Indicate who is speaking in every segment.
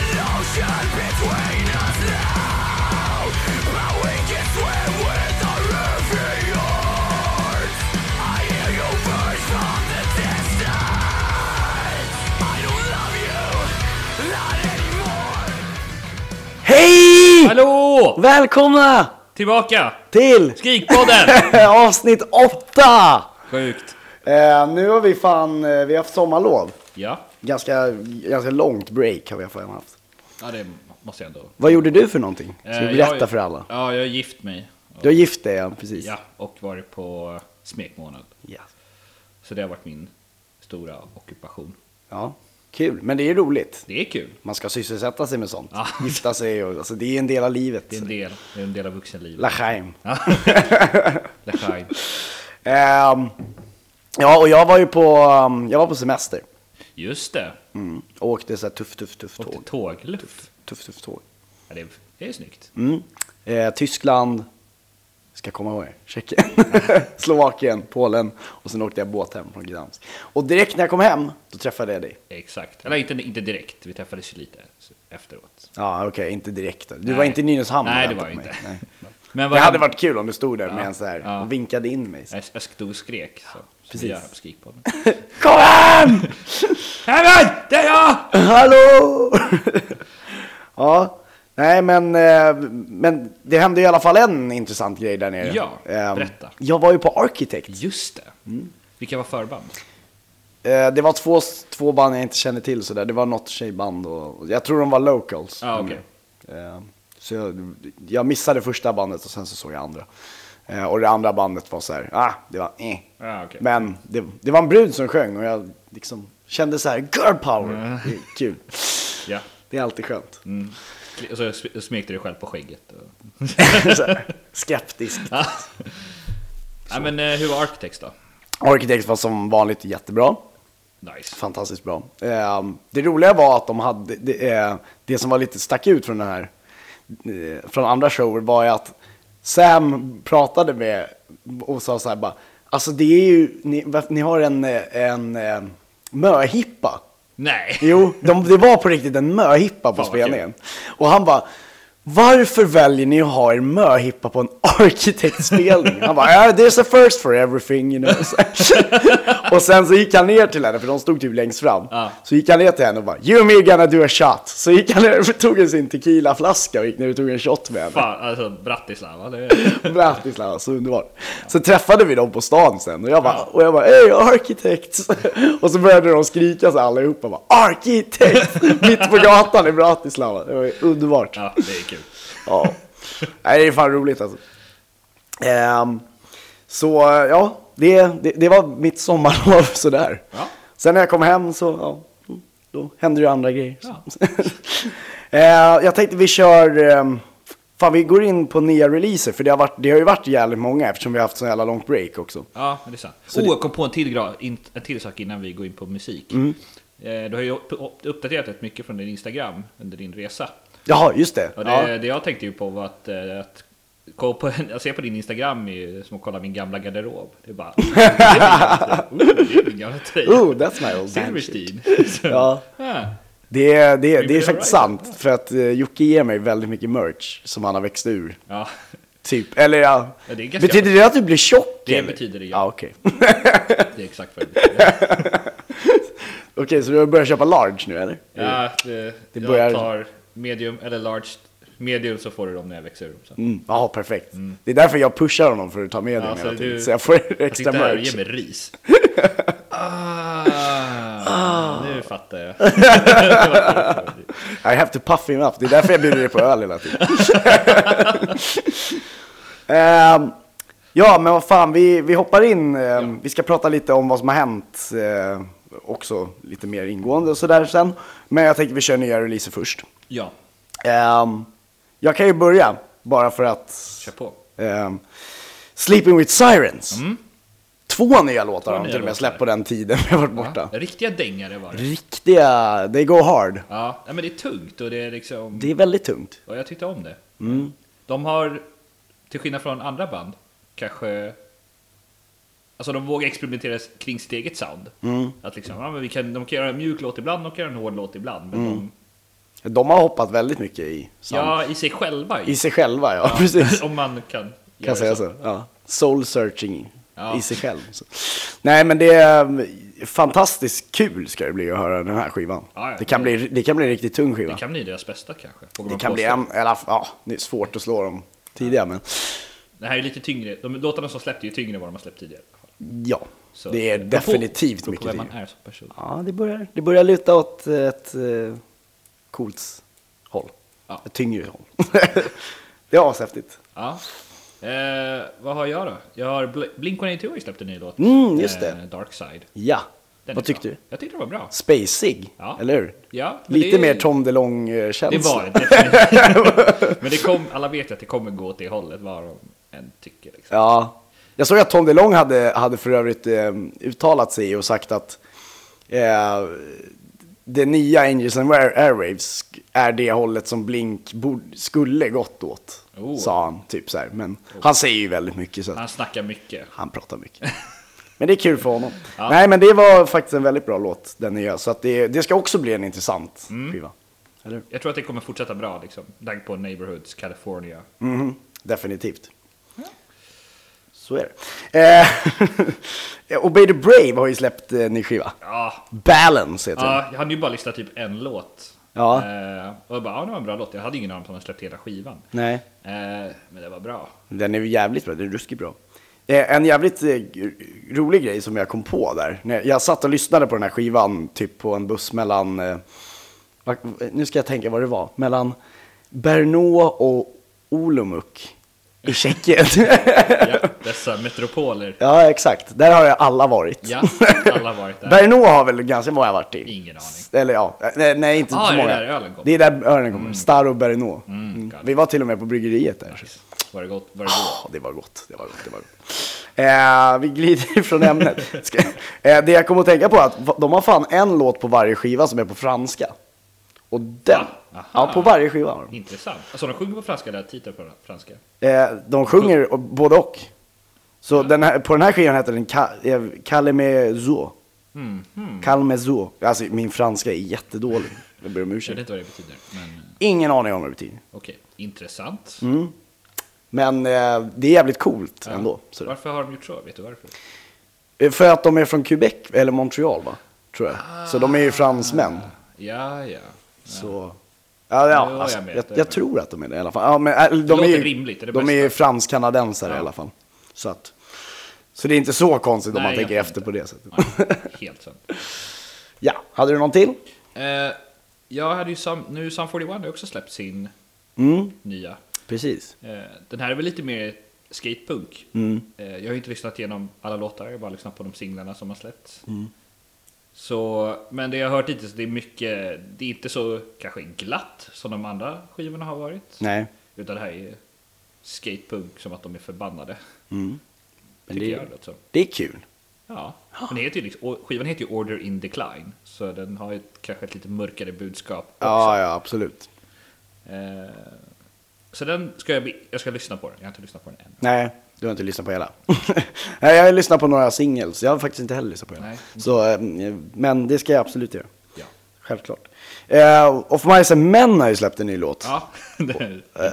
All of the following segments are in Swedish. Speaker 1: division between us now. But we can swim with the roofy yards. I hear you burst from the distance. I don't love you, not anymore.
Speaker 2: Hej!
Speaker 3: Hallå!
Speaker 2: Välkomna
Speaker 3: Tillbaka!
Speaker 2: till
Speaker 3: Skrikpodden!
Speaker 2: avsnitt 8!
Speaker 3: Sjukt.
Speaker 2: Eh, nu har vi fan, eh, vi har haft sommarlov.
Speaker 3: Ja.
Speaker 2: Ganska, ganska långt break har vi fan haft.
Speaker 3: ja, det måste jag ändå.
Speaker 2: Vad gjorde du för någonting? Ska
Speaker 3: Eh,
Speaker 2: vi berätta
Speaker 3: jag-
Speaker 2: för alla?
Speaker 3: Ja, jag har gift mig.
Speaker 2: Du har gift dig, ja, precis.
Speaker 3: Ja, och varit på smekmånad.
Speaker 2: Ja.
Speaker 3: Så det har varit min stora ockupation.
Speaker 2: ja. Kul, men det är ju roligt.
Speaker 3: Det är kul.
Speaker 2: Man ska sysselsätta sig med sånt.
Speaker 3: Ja.
Speaker 2: Gifta sig och, alltså det är en del av livet.
Speaker 3: Det är en del, det är en del av vuxenlivet.
Speaker 2: Lachaim.
Speaker 3: Ja. Lachaim.
Speaker 2: Ehm, ja, och jag var ju på, um, jag var på semester.
Speaker 3: Just det.
Speaker 2: Mm. Och åkte så här tufft, tufft, tufft
Speaker 3: Och
Speaker 2: tåg.
Speaker 3: tågluff.
Speaker 2: Tufft, tufft tåg.
Speaker 3: Ja, det, är, det är snyggt.
Speaker 2: Mm. Eh, Tyskland, ska komma ihåg det, Tjeckien, Slovakien, Polen och sen åkte jag båt hem från Gdansk. Och direkt när jag kom hem, då träffade jag dig.
Speaker 3: Exakt. Eller inte, inte direkt, vi träffades ju lite efteråt.
Speaker 2: Ja, okej, inte direkt. då. Du
Speaker 3: Nej.
Speaker 2: var inte i Nynäshamn och
Speaker 3: Nej, det
Speaker 2: väntade
Speaker 3: var jag
Speaker 2: på mig.
Speaker 3: inte.
Speaker 2: Nej.
Speaker 3: Men
Speaker 2: Det
Speaker 3: vad
Speaker 2: hade
Speaker 3: hände?
Speaker 2: varit kul om du stod där med en så här
Speaker 3: Ja.
Speaker 2: och vinkade in mig. Så.
Speaker 3: Jag, jag stod och skrek. Så.
Speaker 2: Precis.
Speaker 3: Som vi gör här på Skrikpodden.
Speaker 2: Kom hem!
Speaker 3: Herman! Det är jag!
Speaker 2: Hallå! ja, nej men, eh, men det hände i alla fall en intressant grej där nere.
Speaker 3: Ja,
Speaker 2: Ehm,
Speaker 3: berätta.
Speaker 2: Jag var ju på Architect.
Speaker 3: Just det. Mm. Vilka var förband?
Speaker 2: Eh, det var två, två band jag inte kände till sådär. Det var något tjejband och och jag tror de var locals.
Speaker 3: Ja, Ah, okej.
Speaker 2: Eh, så jag, jag missade första bandet och sen så såg jag andra. Eh, och det andra bandet var så här, ah, det var eh.
Speaker 3: Ja, Ah, okej.
Speaker 2: Men det, det var en brud som sjöng och jag liksom kände så här, girl power.
Speaker 3: Mm.
Speaker 2: Det är kul.
Speaker 3: Ja.
Speaker 2: Det är alltid skönt.
Speaker 3: Mm. Och så sm- smekte du dig själv på skägget. och-
Speaker 2: Så här, Skeptisk.
Speaker 3: Ja. Nej, men eh, hur var Architects då?
Speaker 2: Architects var som vanligt jättebra.
Speaker 3: Nice.
Speaker 2: Fantastiskt bra. Eh, det roliga var att de hade, det, eh, det som var lite stack ut från den här, eh, från andra shower var ju att Sam pratade med och sa så här bara, alltså det är ju, ni, va- ni har en, eh, en eh, möhippa.
Speaker 3: Nej.
Speaker 2: Jo, de, det var på riktigt en möhippa på
Speaker 3: Fan, vad kul.
Speaker 2: spelningen. Och han bara, varför väljer ni att ha er möhippa på en arkitektspelning? Han bara, yeah, there's a first for everything, you know. Så- och sen så gick han ner till henne, för de stod typ längst fram.
Speaker 3: Ja.
Speaker 2: Så gick han ner till henne och bara, you and me gonna do a shot. Så gick han ner och tog sin tequilaflaska och gick ner och tog en shot med henne.
Speaker 3: Fan, alltså Bratislava. Det är...
Speaker 2: Bratislava, så alltså, underbart. Så träffade vi dem på stan sen och jag bara,
Speaker 3: Ja.
Speaker 2: och jag bara hej arkitekts! Och så började de skrika så här allihopa bara arkitekt! Mitt på gatan i Bratislava. Det var ju underbart. Ja.
Speaker 3: Ja, det är kul.
Speaker 2: Nej, det är fan roligt alltså. Ehm, så ja, det, det, det var mitt sommarlov sådär.
Speaker 3: Ja.
Speaker 2: Sen när jag kom hem så, ja, då hände ju andra grejer.
Speaker 3: Ja.
Speaker 2: Eh, jag tänkte vi kör, ehm, fan vi går in på nya releaser för det har, varit, det har ju varit jävligt många eftersom vi har haft så jävla långt break också.
Speaker 3: Ja, men det är sant. oh, jag kom på en till, gra- in- en till sak innan vi går in på musik. Eh, Du har ju upp- uppdaterat rätt mycket från din Instagram under din resa.
Speaker 2: Jaha, just det.
Speaker 3: Ja,
Speaker 2: Ja.
Speaker 3: det, det jag tänkte ju på var att, eh, att gå på, jag ser på din Instagram är ju som att kolla min gamla garderob. Det är bara... "Oh, Det är min gamla- oh, det är min gamla tröja.
Speaker 2: Oh, that's my old man shit.
Speaker 3: Silverstein.
Speaker 2: Ja.
Speaker 3: Ah,
Speaker 2: Det, är- det, är- det är
Speaker 3: Maybe
Speaker 2: faktiskt
Speaker 3: you're right.
Speaker 2: sant för att eh, Jocke ger mig väldigt mycket merch som han har växt ur.
Speaker 3: ja.
Speaker 2: Typ, eller ja.
Speaker 3: Ja, det är ganska-
Speaker 2: betyder det att du blir tjock?
Speaker 3: Det
Speaker 2: eller?
Speaker 3: betyder det, ja.
Speaker 2: Ja, okej.
Speaker 3: Det är exakt vad det betyder.
Speaker 2: Okej, så du har börjat köpa large nu eller?
Speaker 3: ja, att, eh,
Speaker 2: Det börjar-
Speaker 3: Jag tar medium eller large. Medium så får du dem när jag växer upp sen.
Speaker 2: Mm, Ja, perfekt. Det är därför jag pushar honom för att ta med dig
Speaker 3: Ja,
Speaker 2: hela
Speaker 3: så
Speaker 2: tiden.
Speaker 3: du-
Speaker 2: Så jag får
Speaker 3: Jag
Speaker 2: extra
Speaker 3: sitter här och
Speaker 2: merch.
Speaker 3: ger mig ris. Ah, nu fattar jag.
Speaker 2: I have to puff him up. Det är därför jag bjuder dig på öl hela tiden. Ehm, ja, men vad fan, vi, vi hoppar in. ehm, Vi ska prata lite om vad som har hänt eh, också lite mer ingående och sådär sen. Men jag tänker vi kör nya releaser först.
Speaker 3: Ja,
Speaker 2: Ehm, jag kan ju börja, bara för att...
Speaker 3: kör på. Mm.
Speaker 2: ehm, Sleeping with Sirens. Två nya låtar har de
Speaker 3: nya
Speaker 2: till och med
Speaker 3: låtar.
Speaker 2: släppt på den tiden vi har varit borta.
Speaker 3: Riktiga dängare var det.
Speaker 2: Riktiga, they go hard.
Speaker 3: Ja, nej, men det är tungt och det är liksom...
Speaker 2: Det är väldigt tungt.
Speaker 3: Och jag tyckte om det.
Speaker 2: Mm.
Speaker 3: De har, till skillnad från andra band, kanske... Alltså de vågar experimentera kring sitt
Speaker 2: Mm. Mm.
Speaker 3: eget sound. Att liksom, ja, men vi kan, de kan göra en mjuk låt ibland, de kan göra en hård låt ibland. Men de
Speaker 2: De har hoppat väldigt mycket i, sam-
Speaker 3: Ja, i sig själva.
Speaker 2: i sig själva, ja, precis.
Speaker 3: Om man kan göra
Speaker 2: Kan säga så. Ja. Soul searching
Speaker 3: Ja.
Speaker 2: i sig själv. Så. Nej, men det är ehm, fantastiskt kul ska det bli att höra den här skivan.
Speaker 3: Ja, ja.
Speaker 2: det, kan bli, det kan bli en riktigt tung skiva.
Speaker 3: Det kan bli deras bästa kanske. vågar
Speaker 2: Det
Speaker 3: man
Speaker 2: kan bli
Speaker 3: påstå.
Speaker 2: en, eller, ja, det är svårt att slå dem tidiga, men
Speaker 3: Det här är lite tyngre. De låtarna som släppte är ju tyngre än vad de har släppt tidigare.
Speaker 2: ja,
Speaker 3: Så
Speaker 2: det är
Speaker 3: beror på-
Speaker 2: definitivt
Speaker 3: beror på
Speaker 2: mycket
Speaker 3: vem man
Speaker 2: tidigare.
Speaker 3: är som person.
Speaker 2: Ja, det börjar, det börjar luta åt ett eh, coolt håll.
Speaker 3: Ja.
Speaker 2: Ett tyngre håll. det är ashäftigt.
Speaker 3: Ja. Eh, vad har jag då? Jag har Bl- Blink-182 har ju släppt en ny låt.
Speaker 2: Mm, just det.
Speaker 3: Eh, Dark Side.
Speaker 2: Ja,
Speaker 3: Den är
Speaker 2: vad tyckte
Speaker 3: bra.
Speaker 2: du?
Speaker 3: Jag tyckte den var bra.
Speaker 2: Spacig,
Speaker 3: Ja.
Speaker 2: eller hur?
Speaker 3: Ja, men
Speaker 2: Lite
Speaker 3: det-
Speaker 2: mer Tom DeLonge-känsla.
Speaker 3: Det var det definitivt. Men det kom, alla vet ju att det kommer gå åt det hållet vad de än tycker. Liksom.
Speaker 2: Ja. Jag såg att Tom DeLong hade, hade för övrigt eh, uttalat sig och sagt att eh, det nya Angels and Air- Airwaves är det hållet som Blink borde, skulle gått åt.
Speaker 3: Oh.
Speaker 2: Sa han, typ så här. Men han säger ju väldigt mycket så att
Speaker 3: Han snackar mycket.
Speaker 2: han pratar mycket. Men det är kul för honom.
Speaker 3: Ja.
Speaker 2: Nej, men det var faktiskt en väldigt bra låt, den nya. Så att det, det ska också bli en intressant skiva. Eller hur?
Speaker 3: Jag tror att det kommer fortsätta bra, liksom. Dank på Neighborhoods, California.
Speaker 2: Mhm, definitivt. Så är det. Eh, Obey the Brave har ju släppt eh, ny skiva.
Speaker 3: Ja,
Speaker 2: Balance heter den.
Speaker 3: ja jag hade ju bara listat typ en låt.
Speaker 2: Ja.
Speaker 3: Eh, och jag bara, ja, det var en bra låt. Jag hade ingen aning om att han släppt hela skivan.
Speaker 2: Nej.
Speaker 3: Eh, men det var bra.
Speaker 2: Den är ju jävligt bra, den är ruskigt bra. Eh, en jävligt eh, rolig grej som jag kom på där. När jag satt och lyssnade på den här skivan typ på en buss mellan, eh, va- nu ska jag tänka vad det var, mellan Brno och Olomouc i Tjeckien.
Speaker 3: Ja, dessa metropoler.
Speaker 2: ja, exakt. Där har jag alla varit.
Speaker 3: Ja, alla har varit där.
Speaker 2: Berno har väl ganska många varit i?
Speaker 3: Ingen aning.
Speaker 2: S- Eller ja, eh, nej, nej inte
Speaker 3: Ah,
Speaker 2: så
Speaker 3: är det
Speaker 2: många.
Speaker 3: där ölen kommer?
Speaker 2: Det är där ölen kommer. Starro Berno.
Speaker 3: Mm,
Speaker 2: Mm.
Speaker 3: galet.
Speaker 2: Vi var till och med på bryggeriet där.
Speaker 3: Var det gott? Var det gott?
Speaker 2: Ah, det var gott, det var gott, det var gott. Eh, vi glider ifrån ämnet. Ska, eh, det jag kom att tänka på är att va- de har fan en låt på varje skiva som är på franska. Och den,
Speaker 3: Va?
Speaker 2: ja
Speaker 3: Aha.
Speaker 2: på varje skiva har de.
Speaker 3: Intressant. Alltså de sjunger på franska eller titlar på franska?
Speaker 2: Eh, de sjunger och- både och. Så den här, på den här skivan heter den Ka- eh, Calmezo.
Speaker 3: Mm, hmm.
Speaker 2: Calmezo. Alltså min franska är jättedålig. Jag ber om
Speaker 3: Jag vet
Speaker 2: ursäkt.
Speaker 3: inte vad det betyder, men
Speaker 2: Ingen aning om vad det betyder.
Speaker 3: okej. Intressant.
Speaker 2: Mm. Men eh, det är jävligt coolt Mm, ändå. Så.
Speaker 3: Varför har de gjort så? Vet du varför?
Speaker 2: Eh, För att de är från Quebec, eller Montreal va? Tror jag. Så de är
Speaker 3: Ah.
Speaker 2: ju fransmän.
Speaker 3: Ja, ja.
Speaker 2: Så... Ja,
Speaker 3: Jo,
Speaker 2: ja
Speaker 3: jag
Speaker 2: alltså,
Speaker 3: vet,
Speaker 2: jag,
Speaker 3: jag
Speaker 2: jag
Speaker 3: vet.
Speaker 2: tror att de är det i alla fall. Ja, men, äh, de
Speaker 3: låter
Speaker 2: är ju,
Speaker 3: rimligt, det är det
Speaker 2: de är
Speaker 3: bästa.
Speaker 2: ju fransk-kanadensare
Speaker 3: Ja.
Speaker 2: i alla fall. Så, att, så det är inte så konstigt om
Speaker 3: Nej,
Speaker 2: man tänker
Speaker 3: egentligen
Speaker 2: efter på
Speaker 3: inte.
Speaker 2: det sättet.
Speaker 3: Nej, helt sant.
Speaker 2: Ja, hade du någon till?
Speaker 3: Eh, jag hade ju Sam, nu Sam 41 har ju också släppt sin nya.
Speaker 2: Mm, Precis.
Speaker 3: Eh, den här är väl lite mer skatepunk.
Speaker 2: Mm.
Speaker 3: Eh, jag har ju inte lyssnat igenom alla låtar, jag har bara lyssnat på de singlarna som har släppts.
Speaker 2: Mm.
Speaker 3: Så, men det jag har hört hittills, det är mycket, det är inte så kanske glatt som de andra skivorna har varit.
Speaker 2: Nej.
Speaker 3: Utan det här är skatepunk som att de är förbannade.
Speaker 2: Mm. Men
Speaker 3: tycker
Speaker 2: det-
Speaker 3: jag det låter som.
Speaker 2: Det är kul.
Speaker 3: Ja, men det heter ju liksom, och skivan heter ju Order in Decline, så den har ju ett, kanske ett lite mörkare budskap också.
Speaker 2: Ja, ja, absolut.
Speaker 3: Eh, så den ska jag, bli- jag ska lyssna på den, jag har inte lyssnat på den än.
Speaker 2: Nej, du har inte lyssnat på hela. Nej, jag har lyssnat på några singles. Jag har faktiskt inte heller lyssnat på hela.
Speaker 3: Nej.
Speaker 2: Så, eh, men det ska jag absolut göra.
Speaker 3: Ja,
Speaker 2: Självklart. Eh, Off Mice and Men har ju släppt en ny låt.
Speaker 3: ja vi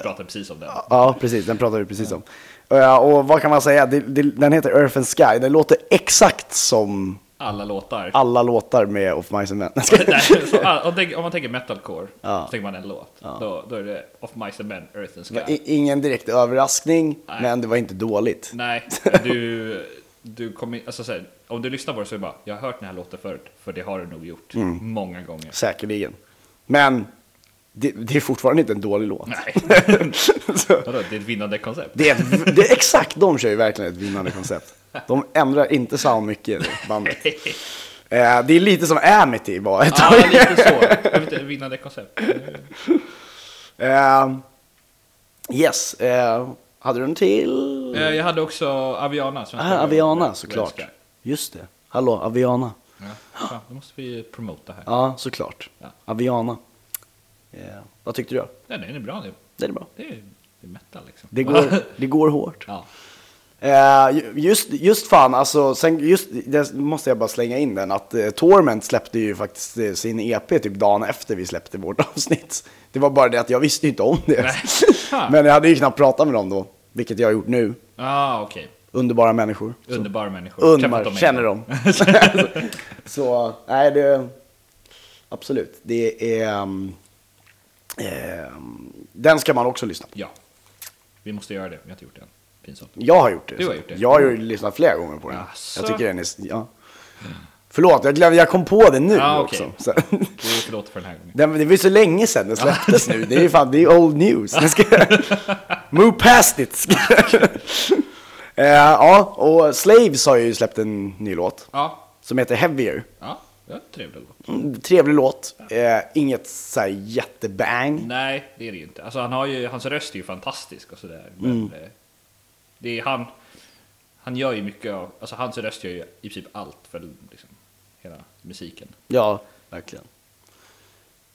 Speaker 3: pratade precis om den.
Speaker 2: Ja, precis. Den pratade vi precis om. Eh, och vad kan man säga? Det, det, den heter Earth and Sky. Den låter exakt som
Speaker 3: Alla låtar.
Speaker 2: alla låtar med Off Mice and Men.
Speaker 3: Nej, så all- om, tänk- om man tänker metalcore,
Speaker 2: Ja.
Speaker 3: så tänker man en låt. Då, då är det Of Mice and Men, Earth and Sky.
Speaker 2: I- Ingen direkt överraskning,
Speaker 3: Nej.
Speaker 2: men det var inte dåligt.
Speaker 3: Nej, du, du kommer, alltså, så här, om du lyssnar på det så är det bara, jag har hört den här låten förut, för det har du nog gjort
Speaker 2: Mm.
Speaker 3: många gånger.
Speaker 2: Säkerligen. Men det, det är fortfarande inte en dålig låt.
Speaker 3: Nej.
Speaker 2: Så,
Speaker 3: Vadå, det är ett vinnande koncept?
Speaker 2: det, är, det är exakt, de kör ju verkligen ett vinnande koncept. De ändrar inte sound mycket, det bandet. Eh, det är lite som Amity var ett
Speaker 3: Ja,
Speaker 2: tag.
Speaker 3: lite så. Det är Lite vinnande koncept.
Speaker 2: Eh, Yes, eh, hade du en till?
Speaker 3: Eh, Jag hade också Aviana. svenska
Speaker 2: Ah, Aviana
Speaker 3: Aviana,
Speaker 2: såklart.
Speaker 3: Red Sky.
Speaker 2: Just det. Hallå, Aviana.
Speaker 3: Ja, fan, då måste vi promota här.
Speaker 2: Ja, såklart.
Speaker 3: Ja.
Speaker 2: Aviana. Eh, vad tyckte du?
Speaker 3: Nej, den är bra nu.
Speaker 2: Det är bra.
Speaker 3: Det är, det är metal liksom.
Speaker 2: Det går, det går hårt.
Speaker 3: Ja.
Speaker 2: Eh, ju- just, just fan, alltså, sen, just, det måste jag bara slänga in den, att eh, Torment släppte ju faktiskt eh, sin EP typ dagen efter vi släppte vårt avsnitt. Det var bara det att jag visste ju inte om det.
Speaker 3: Nej.
Speaker 2: Men jag hade ju knappt pratat med dem då, vilket jag har gjort nu.
Speaker 3: Ah, okej.
Speaker 2: Underbara människor.
Speaker 3: Underbara människor. Träffat
Speaker 2: Underbara,
Speaker 3: en
Speaker 2: känner
Speaker 3: gång.
Speaker 2: dem. så, nej det... Absolut, det är... ehm, ehm, den ska man också lyssna på.
Speaker 3: Ja. Vi måste göra det. Vi har inte gjort det än. Pinsamt.
Speaker 2: Jag har gjort det.
Speaker 3: Du har
Speaker 2: så
Speaker 3: gjort det.
Speaker 2: Jag har ju lyssnat flera gånger på den.
Speaker 3: Asså.
Speaker 2: Jag tycker den är... s- Ja. Förlåt, jag, glömde, jag kom på det nu
Speaker 3: Ja, okej.
Speaker 2: också. Så,
Speaker 3: Du är förlåt för den här gången.
Speaker 2: det, det var ju så länge sedan den släpptes nu. Det är ju fan, det är old news. Jag ska, move past it! Ska, Eh, ja, och Slaves har ju släppt en ny låt.
Speaker 3: Ja.
Speaker 2: Som heter Heavier.
Speaker 3: Ja. Det var trevligt.
Speaker 2: Mm, Trevlig låt. Eh, inget så här jättebang.
Speaker 3: Nej, det är det ju inte. Alltså, han har ju, hans röst är ju fantastisk och sådär. Men
Speaker 2: Mm.
Speaker 3: eh, det är han. Han gör ju mycket av, alltså hans röst gör ju i princip allt för liksom, hela musiken.
Speaker 2: Ja, verkligen.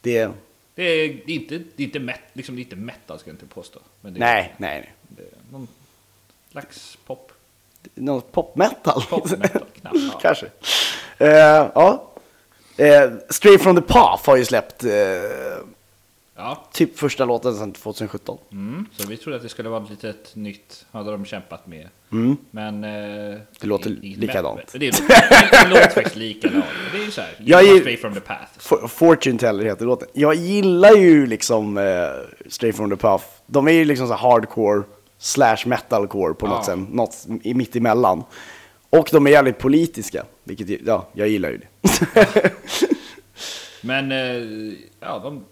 Speaker 2: Det...
Speaker 3: Det är, det är inte, det är inte, met, liksom, det är inte metal ska jag inte påstå. Men det är,
Speaker 2: Nej, nej. nej.
Speaker 3: Det är någon slags pop.
Speaker 2: Någon popmetal?
Speaker 3: Popmetal, knappt. Ja.
Speaker 2: Kanske. Eh, ja. Eh, Stray from the Path har ju släppt eh,
Speaker 3: Ja,
Speaker 2: typ första låten sedan 2017.
Speaker 3: mm. så vi trodde att det skulle vara ett litet nytt, hade de kämpat med. Men... Eh,
Speaker 2: Mm. låter
Speaker 3: i- i-
Speaker 2: likadant.
Speaker 3: Det, är- det låter faktiskt likadant. Det är ju såhär,
Speaker 2: Jag
Speaker 3: you
Speaker 2: är-
Speaker 3: are straight from the path.
Speaker 2: For- Fortune Teller heter låten. Jag gillar ju liksom eh, Stray from the Path. De är ju liksom så här hardcore slash metalcore på något
Speaker 3: Ja.
Speaker 2: sätt. Något i- mitt emellan. Och de är jävligt politiska, vilket ju- ja, jag gillar ju det.
Speaker 3: Men eh, ja, de,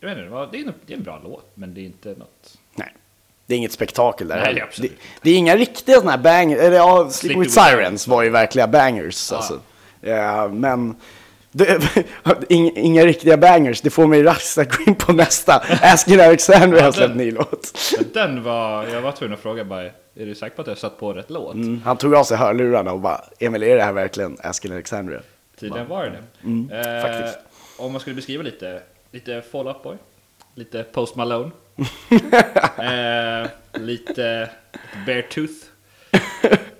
Speaker 3: jag vet inte, det var- det är, en, det är en bra låt, men det är inte något...
Speaker 2: Nej. Det är inget spektakel där
Speaker 3: Nej,
Speaker 2: heller. det,
Speaker 3: absolut inte.
Speaker 2: det är inga riktiga sådana här bangers. Eller ja, Sleep
Speaker 3: Sleep
Speaker 2: with
Speaker 3: With
Speaker 2: Sirens var ju verkliga bangers. Alltså. Eh, men det, ing- inga riktiga bangers, det får mig raskt att gå in på nästa. Asking Alexander har släppt
Speaker 3: den-
Speaker 2: ny låt.
Speaker 3: Men den var, jag var tvungen att fråga bara, är du säker på att jag satt på rätt låt?
Speaker 2: Mm, Han tog av sig hörlurarna och bara, Emil är det här verkligen Asking Alexandria?
Speaker 3: Tydligen var det det. Eh,
Speaker 2: Mm. faktiskt.
Speaker 3: Om man skulle beskriva lite, lite Fall Out Boy, lite Post Malone, eh, lite Bear Tooth.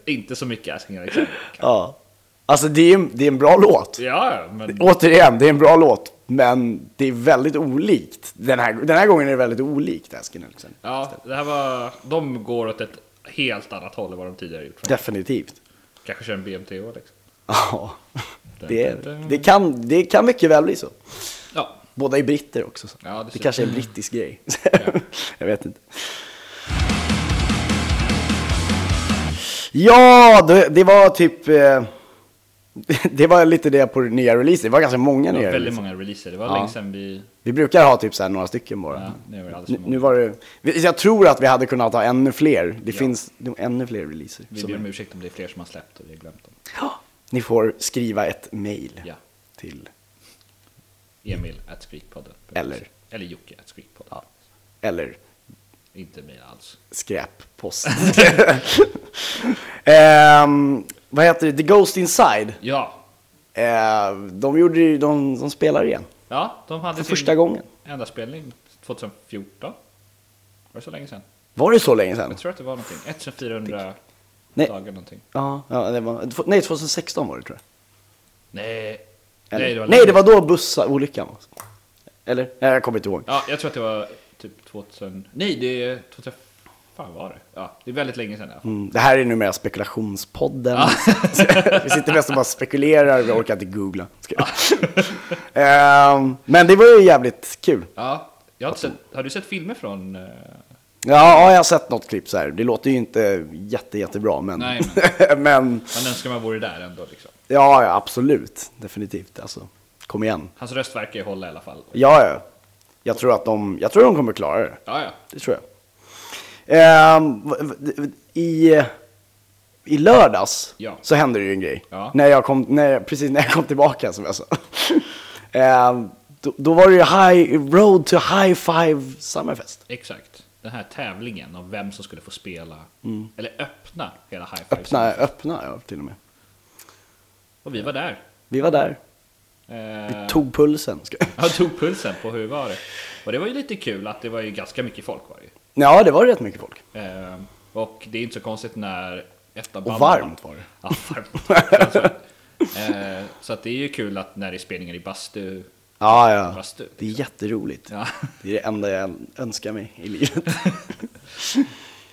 Speaker 3: inte så mycket Asking Alexander.
Speaker 2: Ja. Alltså det är, en- det är en bra låt.
Speaker 3: Ja, ja, men
Speaker 2: Återigen, det är en bra låt. Men det är väldigt olikt. Den här, den här gången är det väldigt olikt Asking Alexandria.
Speaker 3: ja, det här var, de går åt ett helt annat håll än vad de tidigare gjort.
Speaker 2: Definitivt.
Speaker 3: Kanske kör en BMTH liksom.
Speaker 2: Ja, det, det, kan, det kan mycket väl bli så.
Speaker 3: Ja.
Speaker 2: Båda är britter också. Så.
Speaker 3: Ja, det
Speaker 2: det
Speaker 3: ser-
Speaker 2: kanske är en brittisk grej. Jag vet inte. Ja, det, det var typ... eh, Det var lite det på nya releaser. Det var ganska många
Speaker 3: Det
Speaker 2: nya
Speaker 3: var väldigt
Speaker 2: releaser.
Speaker 3: många releaser, det var
Speaker 2: liksom. Ja.
Speaker 3: länge sedan vi...
Speaker 2: Vi brukar ha typ så här några stycken bara.
Speaker 3: Ja, nu var det alldeles
Speaker 2: nu,
Speaker 3: för många.
Speaker 2: nu var det, vi- jag tror att vi hade kunnat ha ännu fler. Det
Speaker 3: Ja.
Speaker 2: finns nog ännu fler releaser.
Speaker 3: Vi
Speaker 2: som
Speaker 3: ber
Speaker 2: är-
Speaker 3: om ursäkt om det är fler som har släppt och vi har glömt dem.
Speaker 2: Ni får skriva ett mail
Speaker 3: Ja.
Speaker 2: till
Speaker 3: Emil at Skrikpodden.
Speaker 2: Eller?
Speaker 3: Eller Jocke at Skrikpodden.
Speaker 2: eller
Speaker 3: Inte mig alls.
Speaker 2: skräppost. Ehm, vad heter det? The Ghost Inside.
Speaker 3: Ja,
Speaker 2: Ehm, de, gjorde, ju- de, de spelar igen.
Speaker 3: ja de hade
Speaker 2: För
Speaker 3: sin
Speaker 2: första gången.
Speaker 3: enda spelning 2014. Var det så länge sedan?
Speaker 2: Var det så länge sedan?
Speaker 3: Jag tror att det var någonting. 1400
Speaker 2: Nej.
Speaker 3: dagar någonting.
Speaker 2: Ja, ja det var, tw- nej, 2016 var det tror jag.
Speaker 3: Nej.
Speaker 2: Eller?
Speaker 3: Nej, det var,
Speaker 2: nej, det var då bussolyckan var. Eller? Nej, jag kommer inte ihåg.
Speaker 3: Ja, jag tror att det var typ 2000... Nej, det är... 2000... Fan var det? Ja, det är väldigt länge sedan i alla fall.
Speaker 2: Mm, det här är numera spekulationspodden. vi sitter mest och bara spekulerar, vi orkar inte googla. Ska jag- Ehm, men det var ju jävligt kul.
Speaker 3: Ja, jag har, inte sett, har du sett filmer från... eh,
Speaker 2: Ja, ja, jag har sett något klipp så här. Det låter ju inte jätte, jättebra, men...
Speaker 3: Nej,
Speaker 2: men
Speaker 3: Man önskar man vore där ändå liksom.
Speaker 2: ja, ja, absolut. Definitivt. Alltså, kom igen.
Speaker 3: Hans röst verkar ju hålla i alla fall. Ja,
Speaker 2: Ja, ja. Jag tror att de, jag tror de kommer klara det.
Speaker 3: ja.
Speaker 2: Det tror jag. Ehm, v- v- I, I lördags
Speaker 3: Ja.
Speaker 2: så hände det ju en grej.
Speaker 3: Ja.
Speaker 2: När jag kom, när, jag- precis när jag kom tillbaka, som jag sa. Ehm, då, då var det ju high, Road to High Five Summerfest.
Speaker 3: Exakt. Den här tävlingen om vem som skulle få spela, eller öppna hela High Five.
Speaker 2: Mm. Öppna, öppna ja, till och med.
Speaker 3: Och vi var där.
Speaker 2: Vi var där.
Speaker 3: Eh,
Speaker 2: Tog pulsen. Ska jag.
Speaker 3: jag tog pulsen på hur var det. Och det var ju lite kul att det var ju ganska mycket folk var det ju.
Speaker 2: Ja, det var rätt mycket folk.
Speaker 3: Eh, Och det är inte så konstigt när ettan
Speaker 2: Och
Speaker 3: ballar.
Speaker 2: varmt var det.
Speaker 3: Ja, varmt. Alltså, eh, så att det är ju kul att när det är spelningar i bastu.
Speaker 2: Ja, ja.
Speaker 3: Bastu.
Speaker 2: Det är jätteroligt.
Speaker 3: liksom. Ja.
Speaker 2: Det är det enda jag önskar mig i livet.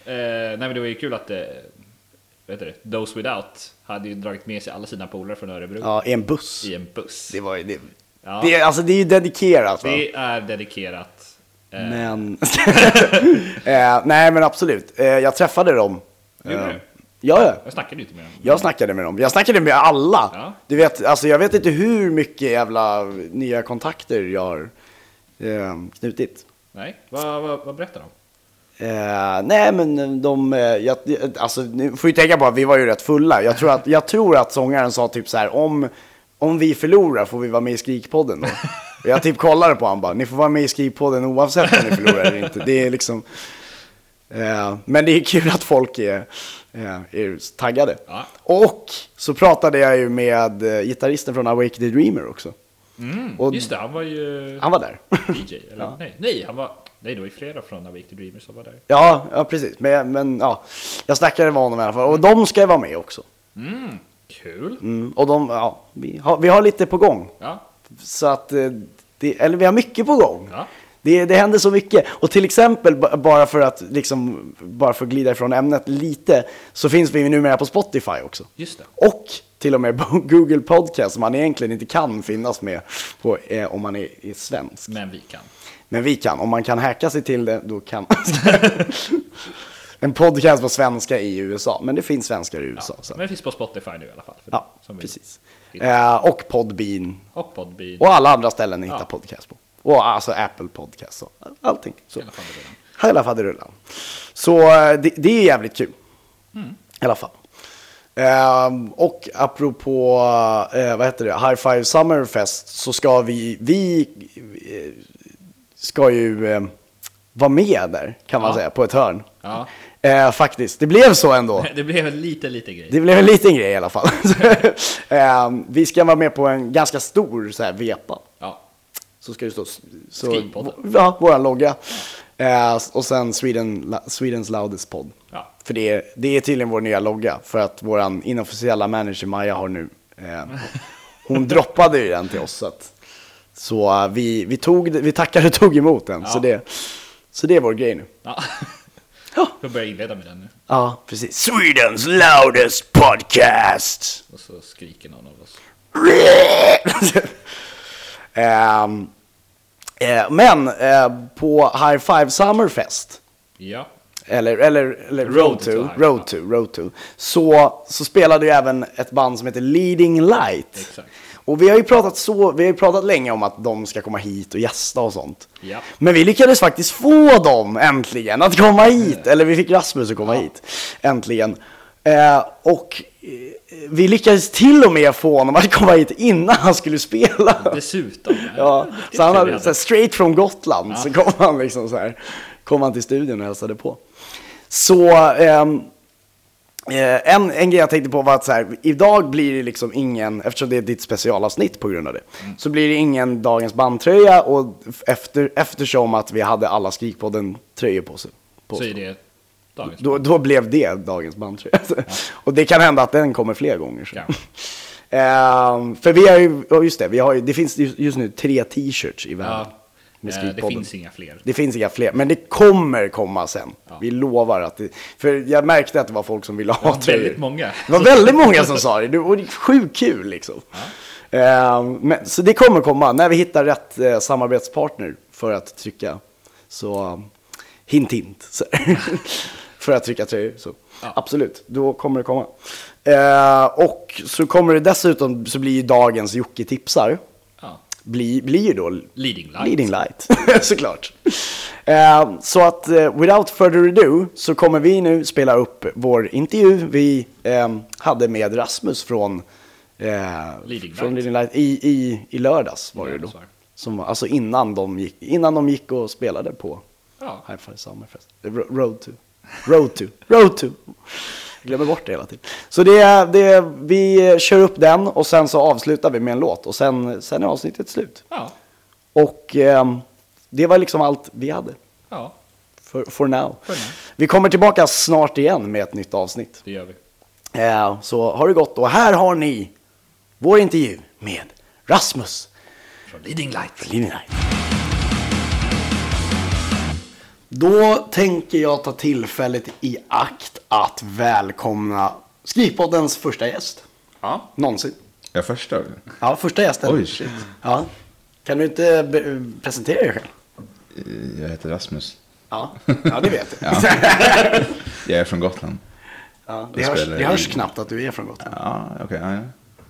Speaker 3: Eh, nej men det var ju kul att eh, vet du, det, Those Without hade ju dragit med sig alla sina polare från Örebro
Speaker 2: Ja, i en buss.
Speaker 3: i en buss.
Speaker 2: Det var ju det.
Speaker 3: Ja.
Speaker 2: Det, är- alltså, det är ju dedikerat. Va?
Speaker 3: Det är dedikerat. Eh,
Speaker 2: Men... eh, nej, men absolut. Eh, jag träffade dem.
Speaker 3: Gjorde
Speaker 2: Eh,
Speaker 3: du?
Speaker 2: Ja, ja.
Speaker 3: Jag snackade ju inte med dem.
Speaker 2: Jag snackade med dem. Jag snackade med alla.
Speaker 3: Ja.
Speaker 2: Du vet, alltså jag vet inte hur mycket jävla nya kontakter jag har eh, knutit.
Speaker 3: Nej, vad, vad, vad berättar de?
Speaker 2: Eh, nej men de, eh, jag, alltså nu får ju tänka på att vi var ju rätt fulla. Jag tror att, jag tror att sångaren sa typ så här om, om vi förlorar får vi vara med i Skrikpodden då. Och jag typ kollade på honom bara, ni får vara med i Skrikpodden oavsett om ni förlorar eller inte. Det är liksom, eh, men det är kul att folk är, eh, är taggade.
Speaker 3: Ja.
Speaker 2: Och så pratade jag ju med eh, gitarristen från Awake the Dreamer också. Mm. Och-
Speaker 3: Mm. Just det, han var ju
Speaker 2: Han var där.
Speaker 3: DJ. Eller, nej, nej, han var, nej, det var ju flera från Awake the Dreamers som var där.
Speaker 2: ja, ja, precis. Men, men ja, jag snackade med honom i alla fall. Och de ska ju vara med också.
Speaker 3: Mm, kul.
Speaker 2: Mm, och de, ja, vi har, vi har lite på gång.
Speaker 3: Ja,
Speaker 2: Så att, eh, det, eller vi har mycket på gång.
Speaker 3: Ja.
Speaker 2: Det, det händer så mycket. Och till exempel, ba- bara för att liksom, bara för att glida ifrån ämnet lite, så finns vi ju numera på Spotify också.
Speaker 3: just det.
Speaker 2: Och till och med på Google Podcast, som man egentligen inte kan finnas med på, eh, om man är, är svensk.
Speaker 3: Men vi kan.
Speaker 2: Men vi kan, om man kan hacka sig till det, då kan En podcast på svenska i USA, men det finns svenskar i USA. så.
Speaker 3: Men det finns på Spotify nu i alla fall. För
Speaker 2: Ja,
Speaker 3: som vi-
Speaker 2: precis.
Speaker 3: hittar.
Speaker 2: Eh, och Podbean
Speaker 3: Och Podbean.
Speaker 2: och alla andra ställen ni hittar
Speaker 3: Ja.
Speaker 2: podcast på. Och alltså Apple Podcast och allting. Så.
Speaker 3: Hela faderullan.
Speaker 2: Hela faderullan. Så eh, det, det är jävligt kul.
Speaker 3: Mm.
Speaker 2: I alla fall. Ehm, och apropå, eh, vad heter det, High Five Summer Fest så ska vi, vi eh, ska ju eh, vara med där kan man
Speaker 3: Ja.
Speaker 2: säga, på ett hörn.
Speaker 3: Ja.
Speaker 2: Eh, faktiskt, det blev så ändå.
Speaker 3: Det blev en liten, liten grej.
Speaker 2: Det blev en liten grej i alla fall. Ehm, vi ska vara med på en ganska stor så här, vepa.
Speaker 3: Ja.
Speaker 2: Så ska det stå så,
Speaker 3: Skrikpodden.
Speaker 2: ja, vår logga. Eh, och sen Sweden, Swedens loudest podd.
Speaker 3: Ja.
Speaker 2: För det är, det är tydligen vår nya logga. För att vår inofficiella manager Maja har nu. Eh, hon droppade ju den till oss. Så, att, så eh, vi, vi, tog, vi tackade och tog emot den. Så,
Speaker 3: Ja.
Speaker 2: det, så det är vår grej nu.
Speaker 3: Ja.
Speaker 2: Ja.
Speaker 3: Jag börjar inleda med den nu.
Speaker 2: Ja, precis. Swedens loudest podcast!
Speaker 3: Och så skriker någon av oss.
Speaker 2: Ehm, eh, men eh, på High Five Summerfest,
Speaker 3: Ja.
Speaker 2: eller, eller, eller Road,
Speaker 3: Road
Speaker 2: to,
Speaker 3: to High,
Speaker 2: Road
Speaker 3: ja.
Speaker 2: to, Road to, så, så spelade ju även ett band som heter Leading Light.
Speaker 3: Exakt.
Speaker 2: Och vi har ju pratat så, vi har ju pratat länge om att de ska komma hit och gästa och sånt.
Speaker 3: Ja.
Speaker 2: Men vi lyckades faktiskt få dem äntligen att komma hit,
Speaker 3: Eh.
Speaker 2: eller vi fick Rasmus att komma hit äntligen. Eh, och eh, vi lyckades till och med få honom att komma hit innan han skulle spela.
Speaker 3: Dessutom.
Speaker 2: Ja, så han hade, så här,
Speaker 3: Trevligt.
Speaker 2: straight från Gotland så kom han liksom så här, kom han till studion och hälsade på. Så ehm, eh, en, en grej jag tänkte på var att så här, idag blir det liksom ingen, eftersom det är ditt specialavsnitt på grund av det,
Speaker 3: Mm.
Speaker 2: så blir det ingen dagens bandtröja och efter, eftersom att vi hade alla Skrikpodden tröjor på sig. På
Speaker 3: Så
Speaker 2: oss.
Speaker 3: är det dagens.
Speaker 2: Då, då blev det dagens bandtröja. Och det kan hända att den kommer fler gånger. Så.
Speaker 3: Ja.
Speaker 2: Ehm, för vi har ju, ja, just det, vi har ju, det finns ju- just nu tre t-shirts i världen.
Speaker 3: Ja.
Speaker 2: med
Speaker 3: Eh, Det
Speaker 2: Skrikpodden.
Speaker 3: finns inga fler.
Speaker 2: Det finns inga fler, men det kommer komma sen. Vi lovar att det, För jag märkte att det var folk som ville ha
Speaker 3: var
Speaker 2: tröjor.
Speaker 3: väldigt många.
Speaker 2: Det var väldigt många som sa det. Det var sjukt kul liksom. Ehm, men, så det kommer komma när vi hittar rätt eh, samarbetspartner för att trycka. Så um, hint hint. Så. för att trycka tröjor. Så.
Speaker 3: Ja.
Speaker 2: Absolut, då kommer det komma. Eh, och så kommer det dessutom, så blir ju dagens Jocke tipsar.
Speaker 3: Ja.
Speaker 2: Blir, blir ju då
Speaker 3: Leading Light.
Speaker 2: Leading light, såklart. Eh, så att eh, without further ado så kommer vi nu spela upp vår intervju vi ehm, hade med Rasmus från, eh,
Speaker 3: Leading
Speaker 2: från
Speaker 3: Light.
Speaker 2: Leading Light i, i, i lördags var det då.
Speaker 3: Lördags var det.
Speaker 2: Som, var- alltså innan de, gick, innan de gick och spelade på
Speaker 3: Ja.
Speaker 2: High Five Summerfest. Eh, Ro- Road to. Road to. Road to. Jag glömmer bort det hela tiden. Så det, det, vi kör upp den och sen så avslutar vi med en låt och sen, sen är avsnittet slut.
Speaker 3: Ja.
Speaker 2: Och ehm, det var liksom allt vi hade
Speaker 3: Ja.
Speaker 2: för- For, for, now.
Speaker 3: For now.
Speaker 2: Vi kommer tillbaka snart igen med ett nytt avsnitt.
Speaker 3: Det gör vi.
Speaker 2: Eh, så har det gott och här har ni vår intervju med Rasmus
Speaker 3: Från Leading Light.
Speaker 2: Linjenaj. Då tänker jag ta tillfället i akt att välkomna Skrikpoddens första gäst.
Speaker 3: Ja.
Speaker 2: Någonsin.
Speaker 4: Jag förstår.
Speaker 2: Ja, första gästen.
Speaker 4: Oj, shit.
Speaker 2: Ja. Kan du inte be- presentera dig själv?
Speaker 4: Eh, Jag heter Rasmus.
Speaker 2: Ja, ja det vet jag.
Speaker 4: Jag är från Gotland.
Speaker 2: Ja, det,
Speaker 4: Jag
Speaker 2: hörs,
Speaker 4: spelar
Speaker 2: det hörs
Speaker 4: i-
Speaker 2: knappt att du är från Gotland.
Speaker 4: Ja, okej. ja, ja.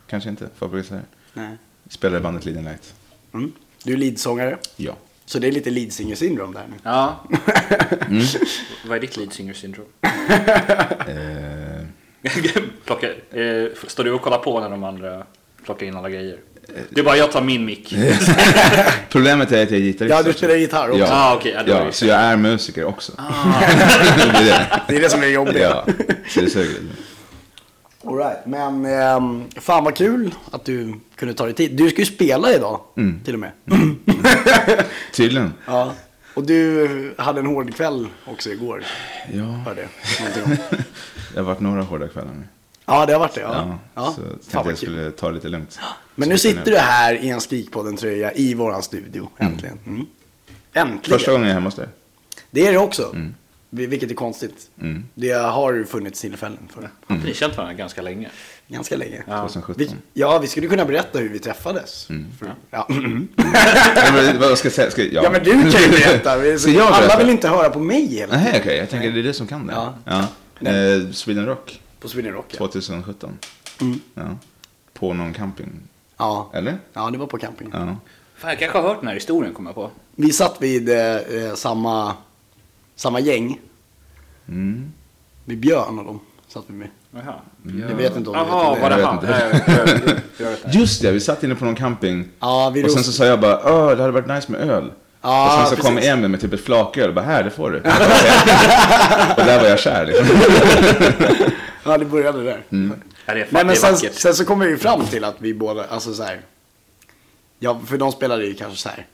Speaker 4: Kanske inte. Fabrik säger.
Speaker 2: Nej.
Speaker 4: Spelar i bandet Leading Light.
Speaker 2: Mm. Du är leadsångare,
Speaker 4: Ja.
Speaker 2: så det är lite leadsinger-syndrom där nu.
Speaker 3: ja. Mm. Vad är ditt lead singer syndrom?
Speaker 4: Eh,
Speaker 3: Plocka, eh, står du och kollar på när de andra plockar in alla grejer? Det är bara jag tar min mick.
Speaker 4: problemet är att jag är gitarrist.
Speaker 2: Ja, du
Speaker 4: också.
Speaker 2: spelar gitarr också.
Speaker 4: Ja,
Speaker 3: Ah, okej, ja, det var
Speaker 4: ja
Speaker 3: ju-
Speaker 4: så jag är Ah. musiker också. det blir det.
Speaker 2: Det är det som är jobbigt.
Speaker 4: Ja, så det suger.
Speaker 2: All right, men ehm, fan vad kul att du kunde ta dig tid. Du ska ju spela idag,
Speaker 4: Mm.
Speaker 2: till och med.
Speaker 4: Tydligen.
Speaker 2: Ja. Och du hade en hård kväll också igår,
Speaker 4: Ja,
Speaker 2: hörde jag. någonting om.
Speaker 4: det har varit några hårda kvällar nu.
Speaker 2: Ja, det har varit det. Ja.
Speaker 4: Ja,
Speaker 2: Ja,
Speaker 4: så
Speaker 2: fan
Speaker 4: tänkte
Speaker 2: vad
Speaker 4: jag
Speaker 2: kul.
Speaker 4: skulle ta det lite lugnt.
Speaker 2: Men
Speaker 4: Så
Speaker 2: nu
Speaker 4: jag
Speaker 2: sitter
Speaker 4: kunde-
Speaker 2: du här i en Skrikpodden-tröja i våran studio, äntligen. Mm. Äntligen!
Speaker 4: Första gången jag är hemma hos dig.
Speaker 2: Det är det också, Vil- vilket är konstigt.
Speaker 4: Mm.
Speaker 2: Det har ju funnits tillfällen för
Speaker 3: Har inte ni känt varandra ganska länge?
Speaker 2: ganska länge.
Speaker 4: 2017.
Speaker 2: Vi, ja, vi skulle kunna berätta hur vi träffades.
Speaker 4: Mm.
Speaker 2: För, ja. Mm.
Speaker 4: Ja, men vad ska jag säga? Ska,
Speaker 2: ja, men du kan ju berätta. Vi-
Speaker 4: Ska jag
Speaker 2: Alla
Speaker 4: berätta?
Speaker 2: vill inte höra på mig hela
Speaker 4: Nej,
Speaker 2: tiden.
Speaker 4: okej. Jag tänker det är det som kan det.
Speaker 2: Ja.
Speaker 4: Ja. Eh, Sweden Rock
Speaker 2: På Sweden Rock, ja. Mm.
Speaker 4: 2017. Ja. På någon camping.
Speaker 2: ja.
Speaker 4: Eller?
Speaker 2: Ja, det var på camping.
Speaker 4: Ja.
Speaker 3: Fan, jag kanske har hört den här historien kommer jag på.
Speaker 2: Vi satt vid eh, eh, samma, samma gäng.
Speaker 4: Mm.
Speaker 2: Med Björn och dem satt vi med.
Speaker 3: Jaha.
Speaker 2: Jag vet inte om du
Speaker 3: Jaha,
Speaker 2: vet
Speaker 3: var
Speaker 2: om det.
Speaker 3: det
Speaker 4: Jag
Speaker 3: han?
Speaker 4: vet
Speaker 3: Nej, jag vet inte. Jag vet inte.
Speaker 4: Just det, vi satt inne på någon camping.
Speaker 2: Ja, vi
Speaker 4: och sen
Speaker 2: rost-
Speaker 4: så sa jag bara, öh, det hade varit nice med öl.
Speaker 2: Ja,
Speaker 4: och sen så kom
Speaker 2: precis.
Speaker 4: Emil med typ ett flaköl och bara, här, det får du. och där var jag kär liksom.
Speaker 2: Ja, det började där.
Speaker 3: Ja, det är fan-
Speaker 2: Nej, men
Speaker 3: det är
Speaker 2: sen,
Speaker 3: vackert.
Speaker 2: sen så kom vi ju fram till att vi båda, alltså så här. Ja, för de spelade ju kanske så här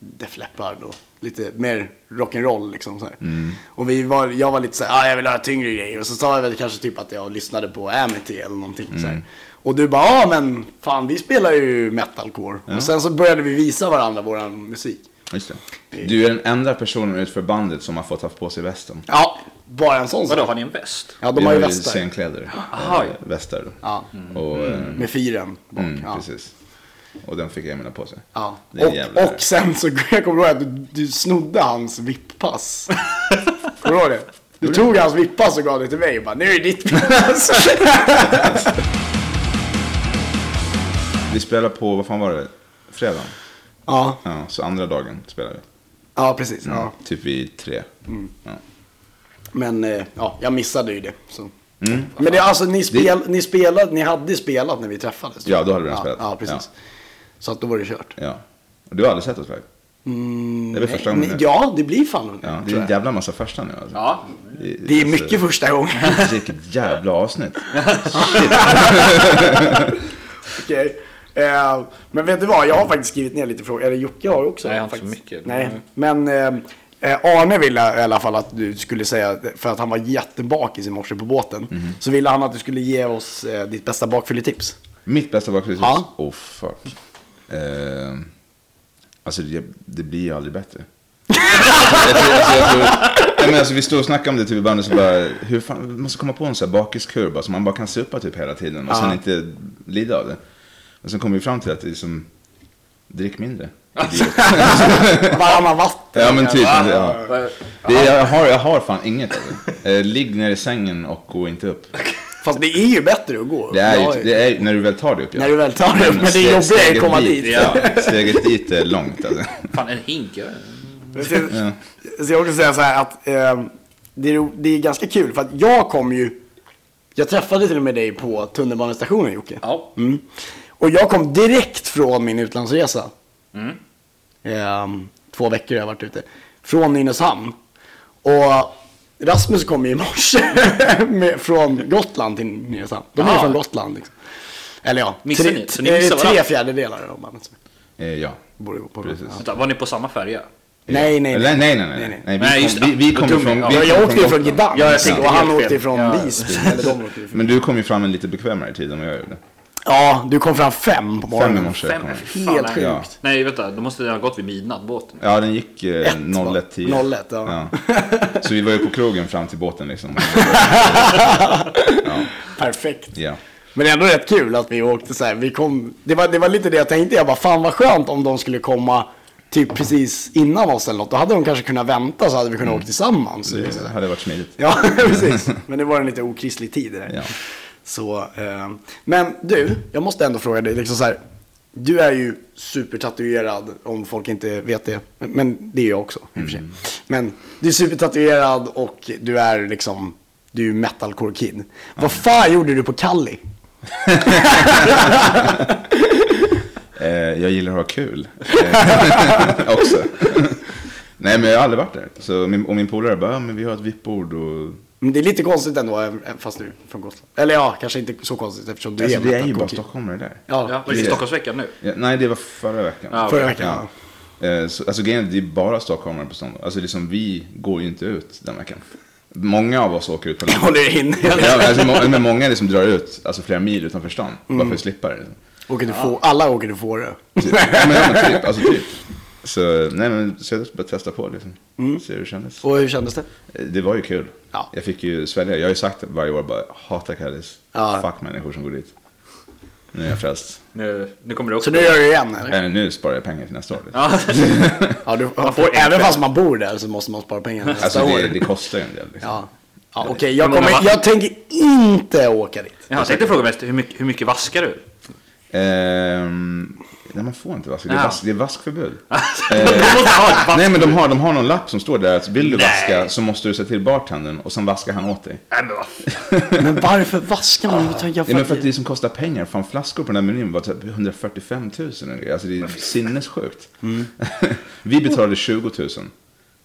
Speaker 2: Def Leppard och lite mer rock'n'roll liksom så här.
Speaker 3: Mm.
Speaker 2: Och vi var, jag var lite så här, ah, jag vill ha tyngre grejer. Och så sa jag väl kanske typ att jag lyssnade på Amity eller någonting så
Speaker 3: Mm.
Speaker 2: här. Och du bara, ja ah, men fan vi spelar ju metalcore. Och sen så började vi visa varandra våran musik.
Speaker 4: Just det. Du är den enda personen utanför bandet som har fått haft på sig västen.
Speaker 2: Ja, bara en sån
Speaker 3: Vadå,
Speaker 2: sak.
Speaker 3: har ni en väst?
Speaker 2: Ja,
Speaker 4: Vi
Speaker 2: de har ju
Speaker 4: ju
Speaker 2: västar.
Speaker 4: scenkläder.
Speaker 3: Aha.
Speaker 4: Eh, Västar. då.
Speaker 2: Ja.
Speaker 4: Och, eh,
Speaker 2: Med fyren bak.
Speaker 4: Mm,
Speaker 2: ja.
Speaker 4: precis. Och den fick Emil ha på sig.
Speaker 2: Ja.
Speaker 4: Det är en
Speaker 2: Och,
Speaker 4: jävla-
Speaker 2: och sen så, jag kommer ihåg att du, du snodde hans vipppass. Kommer du ihåg det? Du tog hans vipppass och gav det till mig och bara, nu är det ditt vipppass.
Speaker 4: Vi spelade på, vad fan var det? Fredagen?
Speaker 2: ja,
Speaker 4: Ja, så andra dagen spelade vi.
Speaker 2: ja precis. Ja. Mm.
Speaker 4: Typ vid tre. Ja.
Speaker 2: Men eh, ja, jag missade ju det. Så.
Speaker 4: Mm.
Speaker 2: Men det, alltså, ni, spel, ni, spelade, ni hade spelat när vi träffades. tror
Speaker 4: Ja,
Speaker 2: jag.
Speaker 4: då hade vi
Speaker 2: ja,
Speaker 4: redan spelat.
Speaker 2: Ja, precis. Så att då var det kört.
Speaker 4: ja. Och du har aldrig sett oss live?
Speaker 2: Mm,
Speaker 4: Det är väl första gången
Speaker 2: nej,
Speaker 4: nu?
Speaker 2: Ja, det blir fan
Speaker 4: Ja, det
Speaker 2: tror
Speaker 4: är en
Speaker 2: jag.
Speaker 4: jävla massa första nu alltså.
Speaker 3: Ja.
Speaker 2: Det är mycket första gången.
Speaker 4: Alltså, vilket jävla avsnitt.
Speaker 2: Okej. Eh, men vet du vad, jag har faktiskt skrivit ner lite frågor. Eller Jocke har också.
Speaker 3: Nej, jag har inte så
Speaker 2: faktiskt.
Speaker 3: mycket.
Speaker 2: Nej,
Speaker 4: Mm.
Speaker 2: men eh, eh, Arne ville i alla fall att du skulle säga, för att han var jättebakis i morse på båten,
Speaker 4: Mhm.
Speaker 2: så ville han att du skulle ge oss eh, ditt bästa bakfylletips.
Speaker 4: Mitt bästa bakfyllechips?
Speaker 2: Ja.
Speaker 4: Oh fuck. Eh, alltså det, det blir ju aldrig bättre. jag tror, alltså, jag tror, nej, men alltså, vi står och snackar om det typ i bandet så bara, hur fan, vi måste komma på en sån här bakiskurva som man bara kan supa typ hela tiden och sen
Speaker 2: Ja.
Speaker 4: inte lida av det. Och sen kommer vi fram till att det är som, drick mindre.
Speaker 2: Varannan vatten.
Speaker 4: Ja men typ.
Speaker 3: Ja.
Speaker 4: Ja. Det, är- jag, har, jag har fan inget av det. Eh, ligg ner i sängen och gå inte upp.
Speaker 2: Fast det är ju bättre att gå.
Speaker 4: Det är
Speaker 2: Jag-
Speaker 4: ju, det är, ju- när du väl tar det upp ja.
Speaker 2: När du väl tar det upp, men det är jobbigare att
Speaker 4: steget
Speaker 2: komma dit.
Speaker 4: Ja, steget dit är långt alltså.
Speaker 3: Fan, en hink? ja.
Speaker 2: Så, så jag vill säga så här att eh, det, är, ro- det är ganska kul för att jag kom ju, jag träffade till och med dig på tunnelbanestationen Jocke.
Speaker 3: Ja.
Speaker 2: Mm. Och jag kom direkt från min utlandsresa.
Speaker 3: Mm.
Speaker 2: Ehm, två veckor har jag varit ute. Från Nynäshamn. Och Rasmus kom ju i morse med, från Gotland till Nynäshamn. De är ju
Speaker 3: Ja.
Speaker 2: från Gotland. Liksom. Eller ja,
Speaker 3: Missade ni? Så ni
Speaker 2: eh,
Speaker 3: missade
Speaker 2: tre
Speaker 3: varandra?
Speaker 2: fjärdedelar av bandet som
Speaker 4: Eh, ja,
Speaker 2: bor ihop på
Speaker 4: precis.
Speaker 2: Ja.
Speaker 3: Vänta, var ni på samma färja?
Speaker 2: Nej, nej,
Speaker 4: nej.
Speaker 2: nej.
Speaker 4: Nej, nej, nej.
Speaker 2: Nej,
Speaker 4: nej.
Speaker 3: Nej,
Speaker 4: vi,
Speaker 3: just
Speaker 4: kom, vi, vi kommer
Speaker 3: Tummen,
Speaker 4: från... Vi
Speaker 2: Jag,
Speaker 3: ja.
Speaker 4: kommer
Speaker 2: jag åkte ju från
Speaker 4: Gotland.
Speaker 2: Gdansk.
Speaker 5: Ja, jag tänkte
Speaker 2: och han
Speaker 5: helt
Speaker 2: åkte ju
Speaker 5: fel.
Speaker 2: från
Speaker 5: Ja,
Speaker 2: Visby. Eller de åkte ju från-
Speaker 4: Men du kom ju fram en lite bekvämare tid än vad jag gjorde.
Speaker 2: Ja, du kom fram fem på
Speaker 4: Fem i
Speaker 2: morgonen.
Speaker 4: morse. kom jag.
Speaker 5: fy fan,
Speaker 2: Helt
Speaker 5: nej.
Speaker 4: Ja.
Speaker 2: sjukt.
Speaker 5: Nej, vänta. Då måste den ha gått vid midnatt, båten.
Speaker 4: Ja, den gick eh,
Speaker 2: va?
Speaker 4: 01.10.
Speaker 2: 01, ja.
Speaker 4: Så vi var ju på krogen fram till båten liksom.
Speaker 2: Perfekt.
Speaker 4: Ja.
Speaker 2: Men det är ändå rätt kul att vi åkte så här. Vi kom, det, var, det var lite det jag tänkte. Jag bara, fan vad skönt om de skulle komma typ precis innan oss eller något. Då hade de kanske kunnat vänta så hade vi kunnat åka tillsammans.
Speaker 4: Det hade varit smidigt.
Speaker 2: Ja, precis. Men det var en lite okristlig tid det där.
Speaker 4: Ja.
Speaker 2: Så, eh, men du, jag måste ändå fråga dig. Liksom så här, du är ju supertatuerad, om folk inte vet det. Men- Men det är jag också, i och för
Speaker 4: Mm.
Speaker 2: sig. Men du är supertatuerad och du är liksom, du är ju metalcore kid. Vad fan gjorde du på Kalli?
Speaker 4: Eh, jag gillar att ha kul. Eh, också. Nej, men jag har aldrig varit där. Så min, och min polare bara, "Ja, men vi har ett vippbord och...
Speaker 2: Men det är lite konstigt ändå, eh, fast du är från Gotland. Eller ja, kanske inte så konstigt eftersom du
Speaker 4: Alltså,
Speaker 2: är
Speaker 4: vi är ju
Speaker 2: metalcore
Speaker 4: bara
Speaker 2: kid.
Speaker 4: stockholmare där.
Speaker 5: Ja,
Speaker 2: Ja,
Speaker 5: det är
Speaker 4: precis.
Speaker 5: Stockholmsveckan nu.
Speaker 4: Ja, nej, det var förra veckan.
Speaker 5: Ja,
Speaker 2: förra veckan.
Speaker 4: Ja. Eh, Så, alltså grejen är att det är bara stockholmare på stan. Alltså liksom, vi går ju inte ut den veckan. Många av oss åker ut på
Speaker 2: Jag
Speaker 4: landet.
Speaker 2: håller inne.
Speaker 4: Ja, alltså, må- men många liksom drar ut alltså, flera mil utanför stan.
Speaker 2: Mm.
Speaker 4: Bara för att slippa det. Liksom.
Speaker 2: Åker du få, alla åker till Fårö.
Speaker 4: Typ. Ja, men, ja, men typ. Alltså, typ. Så, nej, men, så jag bara testa på liksom.
Speaker 2: Mm.
Speaker 4: Se hur det kändes.
Speaker 2: Och hur kändes det?
Speaker 4: Eh, Det var ju kul.
Speaker 2: Ja.
Speaker 4: Jag fick ju svälja. Jag har ju sagt varje år bara, hatar Kallis.
Speaker 2: Ja.
Speaker 4: Fuck människor som går dit. Nu är jag frälst.
Speaker 5: Nu, nu kommer det också.
Speaker 2: Så nu gör du det igen eller?
Speaker 4: Äh, nu sparar jag pengar till nästa år. Liksom.
Speaker 5: Ja.
Speaker 2: Ja, du,
Speaker 5: får
Speaker 2: även
Speaker 5: en
Speaker 2: fast man bor där så måste man spara pengar nästa
Speaker 4: Alltså
Speaker 2: år.
Speaker 4: det, det kostar ju en del. Liksom.
Speaker 2: Ja. Ja, Okej, jag,
Speaker 5: Hur många
Speaker 2: kommer,
Speaker 5: vatten?
Speaker 2: jag tänker inte åka dit. Alltså,
Speaker 5: Jag tänkte fråga mest, hur mycket, hur mycket vaskar du?
Speaker 4: Eh. Ehm, nej, man får inte vaska. Det är,
Speaker 5: Ja.
Speaker 4: vask, det är vaskförbud.
Speaker 5: Du måste ha ett vask-
Speaker 4: nej, men de har, de har någon lapp som står där att vill du
Speaker 5: Nej.
Speaker 4: vaska så måste du säga till bartendern och sen vaskar han åt dig.
Speaker 5: Nej, men vad fan.
Speaker 2: Men varför vaskar man överhuvudtaget? Jag
Speaker 4: Nej, men för att
Speaker 2: fattar-
Speaker 4: det som kostar pengar. Fan, flaskor på den här menyn var typ 145 000. eller- Alltså det är sinnessjukt.
Speaker 2: Mm.
Speaker 4: vi betalade 20 000.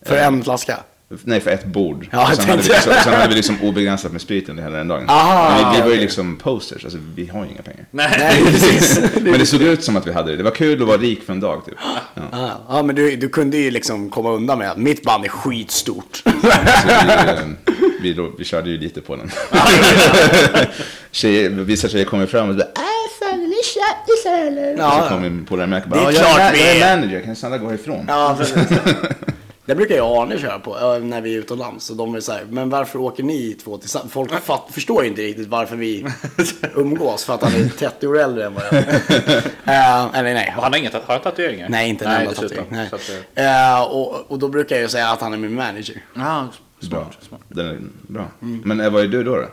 Speaker 2: För en flaska?
Speaker 4: Nej, för ett bord.
Speaker 2: Ja, jag
Speaker 4: sen, hade vi,
Speaker 2: tänkte-
Speaker 4: sen, sen hade vi liksom obegränsat med sprit under hela den dagen.
Speaker 2: Aha.
Speaker 4: Men vi, vi var ju
Speaker 2: Okej.
Speaker 4: liksom posters, alltså vi har ju inga pengar.
Speaker 5: Nej.
Speaker 2: Nej, precis.
Speaker 4: Men det såg ut som att vi hade det. Det var kul att vara rik för en dag typ. Ja.
Speaker 2: Ja, ja, men du, du kunde ju liksom komma undan med att mitt band är skitstort.
Speaker 4: Så vi, eh, vi, då, vi körde ju lite på den. Tjejer, vissa tjejer kommer fram och "Äh, bara, ja, så
Speaker 2: Ja,
Speaker 4: kommer min polare med och bara,
Speaker 2: Det är
Speaker 4: "Ja, jag,
Speaker 2: klart
Speaker 4: är, ma-
Speaker 2: vi
Speaker 4: jag
Speaker 2: är."
Speaker 4: är manager, kan snälla gå härifrån?
Speaker 2: ja precis. Det brukar jag och Arne köra på eh, när vi är utomlands. Så de är så här, men varför åker ni två tillsammans? Folk fatt, förstår ju inte riktigt varför vi umgås för att han är 30 år äldre än vad jag är. Eh, eller nej,
Speaker 5: Och Han har, inget, har han tatueringar?
Speaker 2: Nej, inte en
Speaker 5: Nej,
Speaker 2: enda
Speaker 5: dessutom.
Speaker 2: tatuering. Nej.
Speaker 5: Så att, eh,
Speaker 2: Eh, och, och då brukar jag ju säga att han är min manager.
Speaker 5: ja,
Speaker 4: Bra.
Speaker 5: smart. smart.
Speaker 4: Den är bra.
Speaker 2: Mm.
Speaker 4: Men eh, vad är du då? då?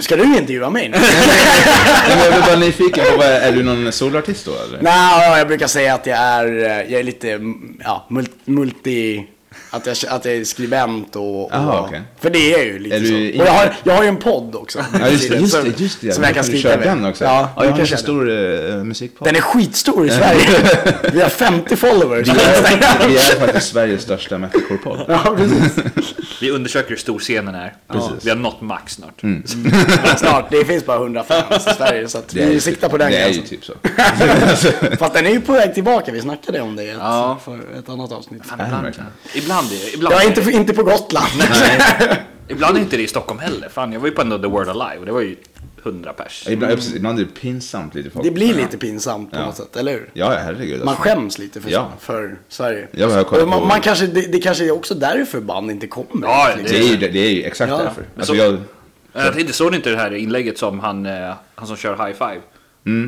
Speaker 2: Ska du intervjua mig nu?
Speaker 4: Nej, men jag blev bara nyfiken, på, vad är, är du någon soloartist då eller?
Speaker 2: Nej, jag brukar säga att jag är, eh, jag är lite mm, ja, mul- multi... Att jag, att jag är skribent och... och
Speaker 4: Aha, okej.
Speaker 2: För det är jag ju lite
Speaker 4: Är
Speaker 2: så.
Speaker 4: du
Speaker 2: Och jag har, jag har ju en podd också.
Speaker 4: Ja, just det, just
Speaker 2: Som-
Speaker 4: det, just det.
Speaker 2: Som jag kan
Speaker 4: Du
Speaker 2: skriva
Speaker 4: kör
Speaker 2: med.
Speaker 4: den också.
Speaker 2: Ja,
Speaker 4: jag
Speaker 2: jag
Speaker 4: har en
Speaker 2: kan
Speaker 4: så
Speaker 2: köra den.
Speaker 4: stor uh, musikpodd.
Speaker 2: Den är skitstor i Sverige. Vi har 50 followers på Instagram.
Speaker 4: Vi är faktiskt Sveriges största metalcore-podd.
Speaker 2: Ja, precis.
Speaker 5: Vi undersöker hur stor scenen är.
Speaker 4: Precis. Mm.
Speaker 5: Vi har nått max snart.
Speaker 2: Snart. Det finns bara 100 fans i Sverige. Så att
Speaker 4: är
Speaker 2: vi
Speaker 4: ju
Speaker 2: siktar
Speaker 4: typ-
Speaker 2: på den alltså.
Speaker 4: Det är ju
Speaker 2: gränsen.
Speaker 4: typ så.
Speaker 2: Fast den är ju på väg tillbaka, vi snackade om det i ett,
Speaker 5: Ja.
Speaker 2: för ett annat avsnitt.
Speaker 5: Fan,
Speaker 4: Är den
Speaker 5: ibland,
Speaker 4: verkligen?
Speaker 5: ibland, är- ibland,
Speaker 2: Ja,
Speaker 5: är-
Speaker 2: inte, inte på Gotland.
Speaker 5: ibland är inte det i Stockholm heller. Fan, jag var ju på ändå The Word Alive och det var ju 100 pers.
Speaker 4: Ja, Ibland, ja, precis, ibland är det pinsamt lite folk.
Speaker 2: Det blir lite pinsamt på
Speaker 4: Ja.
Speaker 2: något sätt, eller hur?
Speaker 4: Ja, ja, herregud.
Speaker 2: Man
Speaker 4: alltså.
Speaker 2: skäms lite för,
Speaker 4: Ja.
Speaker 2: för Sverige.
Speaker 4: Ja, men jag kollar
Speaker 2: Och man,
Speaker 4: på-
Speaker 2: man kanske, det, det kanske är också därför band inte kommer. Liksom.
Speaker 5: Ja, det-
Speaker 4: Det är ju, det är ju exakt
Speaker 2: Ja.
Speaker 4: därför.
Speaker 5: Men
Speaker 4: Alltså,
Speaker 5: så-
Speaker 4: jag,
Speaker 5: Eh, Jag tänkte, såg ni inte det här inlägget som han, eh, han som kör High Five?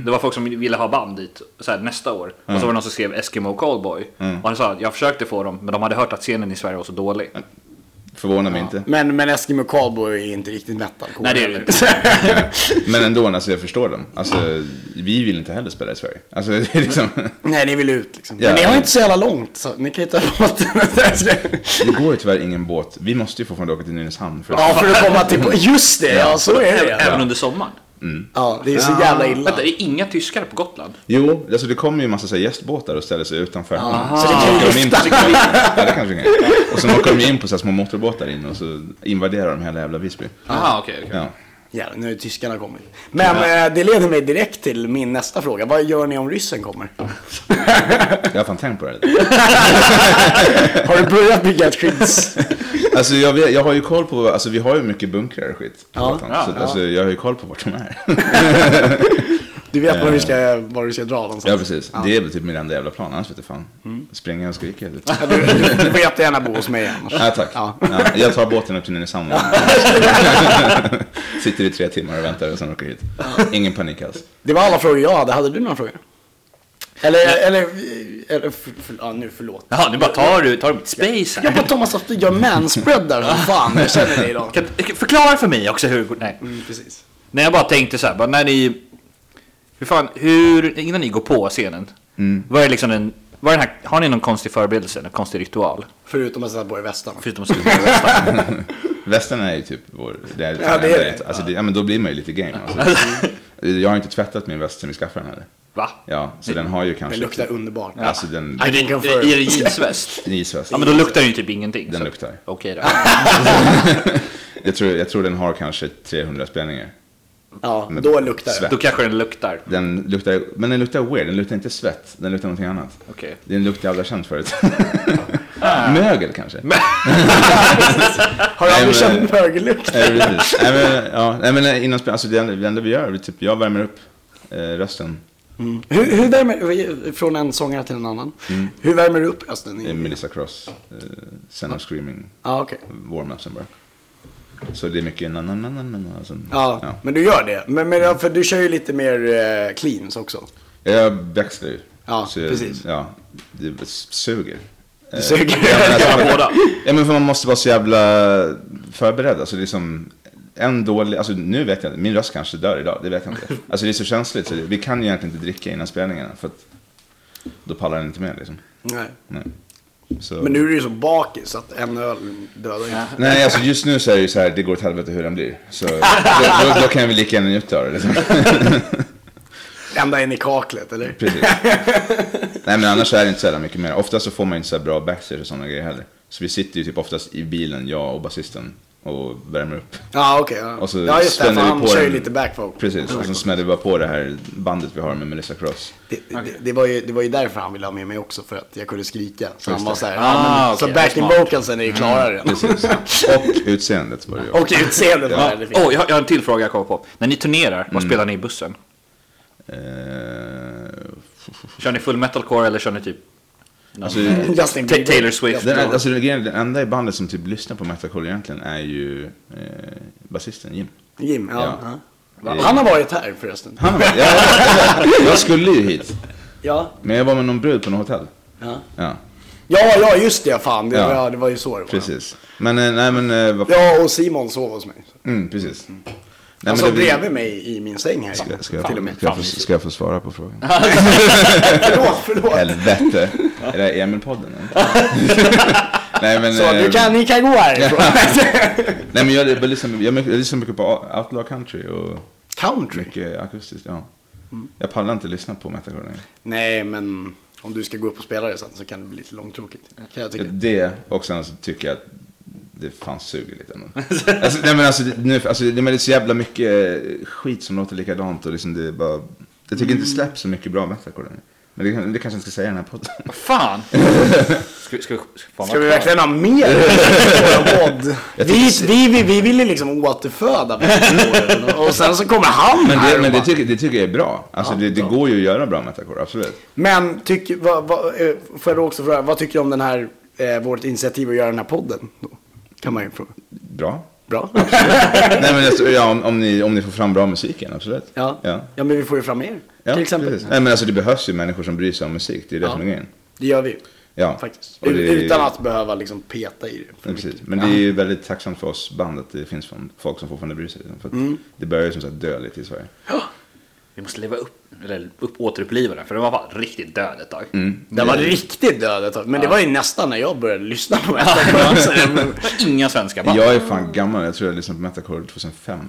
Speaker 5: Det var folk som ville ha band dit så här, nästa år. Och så var det någon som skrev Eskimo Callboy. Och han sa att jag försökte få dem, men de hade hört att scenen i Sverige var så dålig.
Speaker 4: förvånar mig inte.
Speaker 2: Men, men Eskimo Cowboy är inte riktigt metalcore.
Speaker 5: Nej, det är det inte.
Speaker 4: Men ändå, alltså, jag förstår dem. Alltså, vi vill inte heller spela i Sverige. Alltså, det är liksom,
Speaker 2: Nej, ni vill ut liksom.
Speaker 4: Ja.
Speaker 2: Men ni har inte så jävla långt, så ni kan ju ta båten.
Speaker 4: det går ju tyvärr ingen båt. Vi måste ju fortfarande åka till Nynäshamn. För att,
Speaker 2: ja, för att komma till... Just det, ja, så är det.
Speaker 5: Även
Speaker 2: Ja,
Speaker 5: under sommaren.
Speaker 2: ja det är så jävla illa.
Speaker 5: Vänta, det är inga tyskar på Gotland?
Speaker 4: Jo, alltså, det kommer ju en massa så här, gästbåtar och ställer sig utanför.
Speaker 2: Så det kan ju
Speaker 4: åker de in på,
Speaker 2: lyfta.
Speaker 4: ja, det kanske kan. Och sen åker de in på så här, små motorbåtar in och så invaderar de hela jävla Visby.
Speaker 5: Jaha, okej. okej.
Speaker 4: Ja.
Speaker 2: Ja, nu har ju tyskarna kommit. Men eh, det leder mig direkt till min nästa fråga. Vad gör ni om ryssen kommer?
Speaker 4: Jag har fan tänkt på det. här.
Speaker 2: Har du börjat bygga ett skydds...
Speaker 4: Alltså jag, vet, jag har ju koll på, alltså vi har ju mycket bunkrar och skit. på
Speaker 2: Ja.
Speaker 4: gatan, så, Alltså, jag har ju koll på vart de är.
Speaker 2: Du vet var du ska, var du ska dra någonstans?
Speaker 4: Eh. Ja precis, det är väl typ min enda jävla plan, annars vete fan. Springa och skrika. vet du.
Speaker 2: Du, du, du får jättegärna bo hos mig annars.
Speaker 4: Ja, tack.
Speaker 2: Ja.
Speaker 4: Ja. jag tar båten upp till Nynäshamn. Sitter i tre timmar och väntar och sen åker hit. Ingen panik alls.
Speaker 2: Det var alla frågor jag hade. Hade du några frågor? Eller, eller, eller för, för, ja, nu förlåt.
Speaker 5: Jaha, nu bara tar du, tar du mitt space
Speaker 2: Jag
Speaker 5: här.
Speaker 2: bara Thomas att du gör manspreadar som fan. Jag känner dig idag.
Speaker 5: Kan, kan- förklara för mig också hur det går. Nej.
Speaker 2: Mm, precis.
Speaker 5: Nej, jag bara tänkte så här, bara när ni... Hur fan, hur, innan ni går på scenen, vad är liksom den, vad är den här, har ni någon konstig förberedelse, någon konstig ritual?
Speaker 2: Förutom att sätta på dig västarna.
Speaker 5: Förutom att sluta med västar.
Speaker 4: Västen är ju typ vår... Det är
Speaker 2: Ja, det är det.
Speaker 4: Alltså, det, ja, men då blir man ju lite game. Alltså. jag har inte tvättat min väst sen vi skaffade den heller.
Speaker 5: Va?
Speaker 4: Ja, så den har ju kanske...
Speaker 2: Det luktar underbart.
Speaker 4: Alltså den...
Speaker 2: I can
Speaker 5: Är det
Speaker 2: confirm.
Speaker 5: är det jeansväst?
Speaker 4: en Isväst.
Speaker 5: Ja, men då luktar den ju typ ingenting.
Speaker 4: Den
Speaker 5: så-
Speaker 4: luktar.
Speaker 5: Okej då.
Speaker 4: jag, tror, jag tror den har kanske 300 spänningar.
Speaker 2: Ja, då luktar det.
Speaker 4: Svett.
Speaker 5: Då kanske den luktar.
Speaker 4: Den luktar, men den luktar weird, den luktar inte svett, den luktar någonting annat.
Speaker 5: Okej.
Speaker 4: Den luktar jag aldrig har känt förut. Mögel kanske?
Speaker 2: Har du aldrig
Speaker 4: Nej, men-
Speaker 2: känt mögellukt?
Speaker 4: Eh, precis. Nej men, ja, nej, men eh, innan spel, alltså det enda, det enda vi gör, vi typ, jag värmer upp eh, rösten
Speaker 2: Hur, hur värmer, från en sångare till en annan.
Speaker 4: Mm.
Speaker 2: Hur värmer du upp rösten?
Speaker 4: i
Speaker 2: i-
Speaker 4: Melissa Cross, eh, sen av Screaming,
Speaker 2: Ja, okej.
Speaker 4: warm-upsen bara. Så det är mycket na na na na na na alltså,
Speaker 2: Ja, men du gör det. Men, men ja, för du kör ju lite mer eh, cleans också.
Speaker 4: Jag växlar ju.
Speaker 2: Ja,
Speaker 4: Så jag-
Speaker 2: precis.
Speaker 4: Ja, det suger. Eh,
Speaker 2: Du suger.
Speaker 4: båda. alltså, Ja, men för man måste vara så jävla förberedd. Alltså, det är som en dålig, alltså nu vet jag inte, min röst kanske dör idag, det vet jag inte. Alltså det är så känsligt, så det, vi kan ju egentligen inte dricka innan spelningarna för att då pallar den inte med liksom.
Speaker 2: Nej.
Speaker 4: Nej. Så.
Speaker 2: Men nu är du ju så bakis så att en öl dödar inte.
Speaker 4: Nej, alltså just nu så är det ju så här, det går åt helvete hur den blir. Så då, då, då kan vi lika gärna njuta av det liksom.
Speaker 2: Ända in i kaklet, eller?
Speaker 4: Precis. Nej men annars är det inte så jävla mycket mer. Ofta så får man inte så här bra backstage och sådana grejer heller. Så vi sitter ju typ oftast i bilen, jag och basisten, och värmer upp.
Speaker 2: Ja, okej. ja.
Speaker 4: Och så
Speaker 2: ja, just det. För
Speaker 4: spänner vi
Speaker 2: han
Speaker 4: på
Speaker 2: kör ju
Speaker 4: den.
Speaker 2: lite backvocal.
Speaker 4: Precis, och så smäller vi bara på det här bandet vi har med Melissa Cross.
Speaker 2: Det, det, det, var ju, det var ju därför han ville ha med mig också, för att jag kunde skrika. Så han
Speaker 4: Just
Speaker 2: var
Speaker 4: det. Mm,
Speaker 2: så här,
Speaker 5: Ah,
Speaker 2: ja, men,
Speaker 5: okej,
Speaker 2: så
Speaker 5: vad
Speaker 2: back in
Speaker 5: smart.
Speaker 2: vocalsen är ju klarare.
Speaker 4: Precis. Och utseendet var det ju.
Speaker 2: Och utseendet var
Speaker 5: Ja.
Speaker 2: väldigt fint.
Speaker 5: Oh, jag, jag har en till fråga jag kommer på. När ni turnerar, vad spelar ni i bussen?
Speaker 4: Eh,
Speaker 5: Kör ni full metalcore eller kör ni typ
Speaker 4: alltså,
Speaker 2: Justin
Speaker 5: Ta-
Speaker 2: Bieber.
Speaker 5: Taylor Swift?
Speaker 4: den, alltså, den den enda i bandet som typ lyssnar på metalcore egentligen är ju eh, basisten Jim.
Speaker 2: Jim, ja.
Speaker 4: Ja.
Speaker 2: ja. Han har varit här förresten.
Speaker 4: Han var, jag, jag skulle ju hit,
Speaker 2: Ja,
Speaker 4: men jag var med någon brud på något hotell.
Speaker 2: ja.
Speaker 4: Ja,
Speaker 2: Ja, ja, just det, fan. Det, ja.
Speaker 4: Ja.
Speaker 2: det var ju så det var.
Speaker 4: precis. Men eh, nej men, eh, vad
Speaker 2: Ja, och Simon sov hos mig.
Speaker 4: Mm, precis. Nej,
Speaker 2: Han
Speaker 4: det
Speaker 2: sov
Speaker 4: blir-
Speaker 2: Alltså, bredvid mig i min säng här inne.
Speaker 4: Ska- Ska jag,
Speaker 2: Till och med.
Speaker 4: ska, jag få, ska jag få svara på frågan?
Speaker 2: Förlåt, förlåt.
Speaker 4: Helvete! Är det Emil-podden? nej men...
Speaker 2: Så,
Speaker 4: eh,
Speaker 2: du kan, ni kan gå härifrån.
Speaker 4: Nej men jag, jag, lyssnar, jag, mycket- jag lyssnar mycket på outlaw country och
Speaker 2: Country? Mm.
Speaker 4: mycket akustiskt, ja. Jag pallar inte lyssna på metalcore längre.
Speaker 2: Nej, men om du ska gå upp och spela det sen så kan det bli lite långtråkigt. Kan jag tycka.
Speaker 4: Det, och sen så tycker jag att det fan suger lite ändå. alltså, nej men alltså, det- nu, alltså det, men det är så jävla mycket eh, skit som låter likadant och liksom det är bara... Jag tycker
Speaker 2: Mm.
Speaker 4: inte det släpps så mycket bra metalcore längre. Men det, kan- det kanske jag inte ska säga i den här podden.
Speaker 5: Vad fan! Ska, vi- ska, vi- fan,
Speaker 2: Ska
Speaker 5: vad-
Speaker 2: vi verkligen ha mer i vår podd?
Speaker 4: Jag
Speaker 2: Vi,
Speaker 4: tycker-
Speaker 2: vi, vi, vi ville liksom återföda människor. och sen så kommer han
Speaker 4: Men,
Speaker 2: här
Speaker 4: det,
Speaker 2: och
Speaker 4: men det,
Speaker 2: bara-
Speaker 4: tycker, det tycker jag är bra. Alltså det, det går ju att göra bra metalcore, absolut.
Speaker 2: Men tyck, vad, vad, eh, får jag då också fråga, vad tycker du om den här, eh, vårt initiativ att göra den här podden? Då? Kan man ju fråga.
Speaker 4: Bra.
Speaker 2: Bra.
Speaker 4: Nej men alltså, ja, om, om, ni, om ni får fram bra musiken, absolut.
Speaker 2: Ja.
Speaker 4: ja.
Speaker 2: ja. men vi får ju fram er.
Speaker 4: Ja,
Speaker 2: till exempel.
Speaker 4: precis. Nej men alltså det behövs ju människor som bryr sig om musik, det är det som är grejen.
Speaker 2: Det gör vi ju.
Speaker 4: Ja.
Speaker 2: Faktiskt.
Speaker 4: Och det-
Speaker 2: Utan att behöva liksom peta i det. för
Speaker 4: Ja,
Speaker 2: mycket.
Speaker 4: precis. Men det är ju väldigt tacksamt för oss band att det finns fan- folk som fortfarande bryr sig. liksom, För att
Speaker 5: Mm.
Speaker 4: Det börjar ju som sagt dö lite i Sverige.
Speaker 5: Vi måste leva upp, eller upp, återuppliva den, för den var fan riktigt död ett tag.
Speaker 2: Den var riktigt död ett tag. Men det var ju nästan när jag började lyssna på metalcore. Så det-
Speaker 5: Det var inga svenska band.
Speaker 4: Jag är fan gammal, jag tror jag lyssnade på metalcore 2005.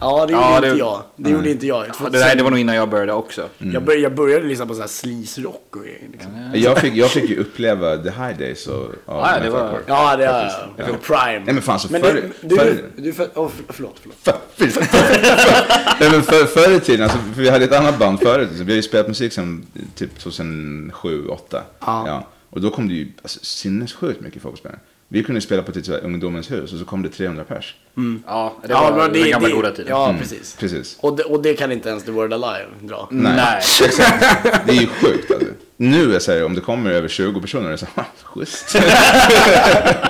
Speaker 2: Ja, det gjorde
Speaker 5: Ja,
Speaker 2: inte
Speaker 5: det-
Speaker 2: jag. Det gjorde
Speaker 4: Mm.
Speaker 2: inte jag.
Speaker 5: Det, där, det var nog innan jag började också.
Speaker 2: jag, började, jag började lyssna på så här sleaze-rock och grejer. Liksom.
Speaker 4: Jag fick, jag fick ju uppleva the high days och, av
Speaker 5: Ja, ja, det var-
Speaker 4: metalcore.
Speaker 2: Ja, det är jag.
Speaker 4: Ja.
Speaker 2: Prime.
Speaker 4: Nej, men fan, så
Speaker 2: du,
Speaker 4: förr-
Speaker 2: du,
Speaker 4: förr-
Speaker 2: du, för, oh, för, förlåt, förlåt.
Speaker 4: För- för- för- för- Nej, men för, förr i tiden, alltså, för vi hade ett annat band förut. Alltså, vi har ju spelat musik sedan typ 2007, 2008.
Speaker 2: Ja.
Speaker 4: Och då kom det ju alltså, sinnessjukt mycket folkspelare. Vi kunde spela på typ så här, ungdomens hus och så kom det 300 pers.
Speaker 5: Mm. Ja, det var
Speaker 2: men
Speaker 5: den gamla goda Mm. tiden.
Speaker 2: Ja, precis.
Speaker 4: Precis.
Speaker 2: Och det, och det kan inte ens The Word Alive dra.
Speaker 5: Nej.
Speaker 4: Det är ju sjukt alltså. Nu är det så här, om det kommer över 20 personer, det är så här, schysst.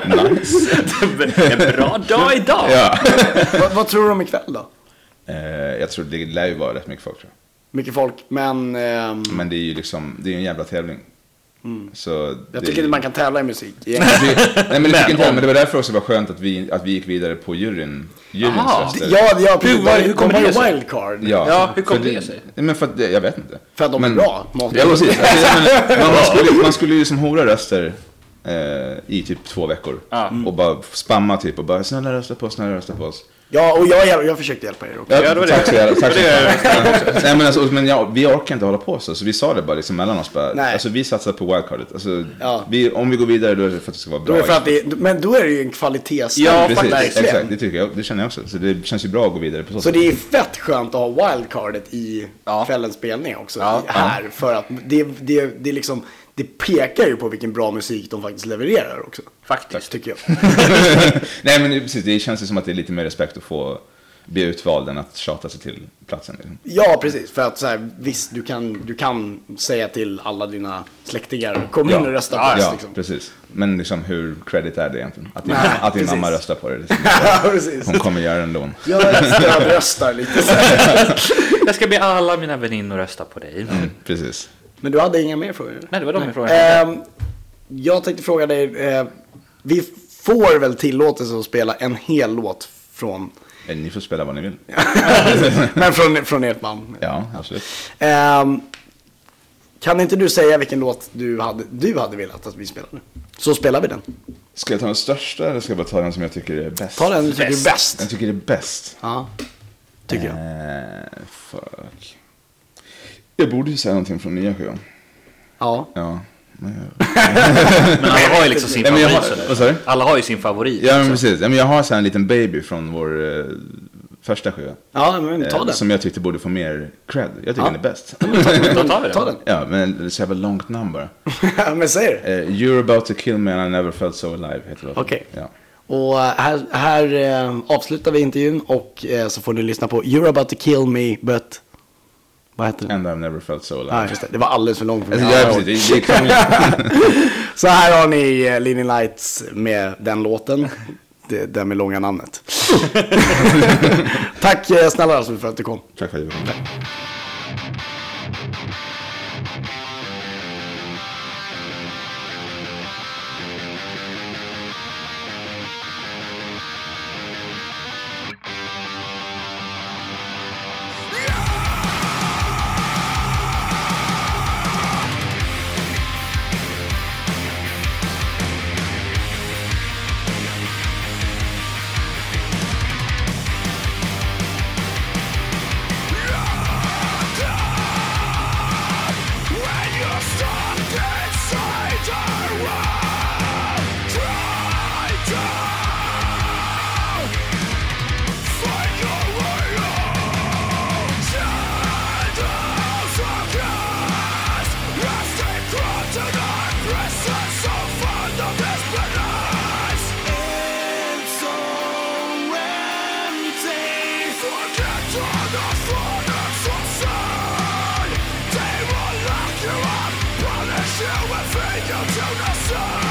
Speaker 4: nice.
Speaker 5: en bra dag idag!
Speaker 4: Ja.
Speaker 2: Mm. vad, vad tror du om ikväll då?
Speaker 4: Eh, jag tror det lär ju vara rätt mycket folk tror jag.
Speaker 2: Mycket folk, men ehm,
Speaker 4: Men det är ju liksom, det är ju en jävla tävling. Så det-
Speaker 2: Mm. jag tycker inte man kan tävla i musik.
Speaker 4: Det- Nej men det tycker inte jag,
Speaker 5: om-
Speaker 4: men det var därför också det var skönt att vi, att vi gick vidare på juryn, juryns
Speaker 5: Aha.
Speaker 4: röster.
Speaker 2: Ja, ja, precis.
Speaker 5: Hur var- hur
Speaker 2: De
Speaker 5: kommer
Speaker 2: har
Speaker 5: det
Speaker 2: ju
Speaker 5: sig?
Speaker 2: wildcard.
Speaker 5: Ja, hur
Speaker 4: för
Speaker 5: kom det sig?
Speaker 4: Nej, Men för att, det- jag vet inte.
Speaker 2: För att de är
Speaker 4: men,
Speaker 2: bra, måste
Speaker 4: Ja
Speaker 2: jag
Speaker 4: precis, alltså, jag menar, man, man, skulle, man skulle ju som hora röster eh, i typ två veckor. Och bara spamma typ och bara snälla rösta på oss, snälla rösta på oss.
Speaker 2: Ja, och jag, jag, jag försökte hjälpa er också.
Speaker 4: Ja,
Speaker 5: Ja, det var det.
Speaker 4: tack så jävla tack så
Speaker 5: Det var det.
Speaker 4: jävla- Nej men alltså, men ja, vi orkar inte hålla på så, så vi sa det bara liksom mellan oss bara,
Speaker 2: Nej.
Speaker 4: alltså vi satsar på wildcardet. Alltså,
Speaker 2: Ja.
Speaker 4: vi, om vi går vidare då är det för att det ska vara
Speaker 2: Då
Speaker 4: bra.
Speaker 2: är det för att det, men då är det ju en kvalitetsstämpel.
Speaker 5: Ja,
Speaker 4: Precis,
Speaker 5: verkligen.
Speaker 4: exakt. Det, tycker jag, det känner jag också. Så det känns ju bra att gå vidare på så,
Speaker 2: Så
Speaker 4: sätt.
Speaker 2: det är fett skönt att ha wildcardet i
Speaker 5: Ja.
Speaker 2: kvällens spelning också.
Speaker 5: Ja.
Speaker 2: här, för att det, det, det, är liksom, det pekar ju på vilken bra musik de faktiskt levererar också.
Speaker 5: Faktiskt.
Speaker 2: Tycker jag.
Speaker 4: Nej, men det- precis. Det känns ju som att det är lite mer respekt att få bli utvald än att tjata sig till platsen. Liksom.
Speaker 2: Ja, precis. För att så här, visst, du kan, du kan säga till alla dina släktingar, kom in och rösta på
Speaker 4: ja,
Speaker 2: oss.
Speaker 4: ja,
Speaker 2: liksom.
Speaker 4: precis. Men liksom, hur credit är det egentligen? Att din,
Speaker 2: Nej,
Speaker 4: att din
Speaker 2: precis.
Speaker 4: mamma röstar på det. Liksom.
Speaker 2: Ja, precis.
Speaker 4: Hon kommer göra det ändå.
Speaker 2: Jag stödröstar lite. så här.
Speaker 5: Jag ska be alla mina väninnor rösta på dig.
Speaker 4: Mm, Eh, precis.
Speaker 2: Men du hade inga mer frågor? eller?
Speaker 5: Nej, det var de jag frågade.
Speaker 2: Ehm, jag tänkte fråga dig, eh, vi får väl tillåtelse att spela en hel låt från,
Speaker 4: Eh, Ni får spela vad ni vill.
Speaker 2: men från, från ert band.
Speaker 4: Ja, absolut.
Speaker 2: Ehm, kan inte du säga vilken låt du hade, du hade velat att vi spelade? Så spelar vi den.
Speaker 4: Ska jag ta den största eller ska jag bara ta den som jag tycker är bäst?
Speaker 2: Ta den du tycker
Speaker 5: Bäst.
Speaker 2: är bäst.
Speaker 4: Jag tycker det är bäst.
Speaker 2: Ja, tycker jag.
Speaker 4: Eh, fuck. Jag borde ju säga någonting från nya skivan.
Speaker 2: Ja.
Speaker 4: Ja, men jag...
Speaker 5: Men alla har ju liksom sin
Speaker 4: Nej, men jag
Speaker 5: favorit.
Speaker 4: har-
Speaker 5: sådär.
Speaker 4: vad sa du?
Speaker 5: alla har ju sin favorit.
Speaker 4: Ja men
Speaker 5: liksom.
Speaker 4: precis, Ja, men jag har så här en liten baby från vår eh, första skiva.
Speaker 2: ja, men ta
Speaker 4: Eh,
Speaker 2: den.
Speaker 4: Som jag tyckte borde få mer cred. Jag tycker
Speaker 2: Ja.
Speaker 4: den är bäst.
Speaker 5: Då tar vi den.
Speaker 2: Ta den.
Speaker 4: ja, men det är så jävla långt namn bara.
Speaker 2: men säg det.
Speaker 4: Eh, You're about to kill me and I never felt so alive heter låten.
Speaker 2: Okej.
Speaker 4: Ja.
Speaker 2: Och här, här eh, avslutar vi intervjun och eh, så får ni lyssna på You're about to kill me but... Vad heter den?
Speaker 4: And I've never felt so alive.
Speaker 2: Ja, just det. Det var alldeles för långt för
Speaker 4: Alltså,
Speaker 2: mig.
Speaker 4: ja, precis. Det, det är krångligt.
Speaker 2: Så här har ni eh, Leaning Lights med den låten. Det, den med långa namnet. Tack eh, snälla Rasmus för att du kom.
Speaker 4: Tack för att du kom.
Speaker 1: They will lock you up, punish you and feed you to the sun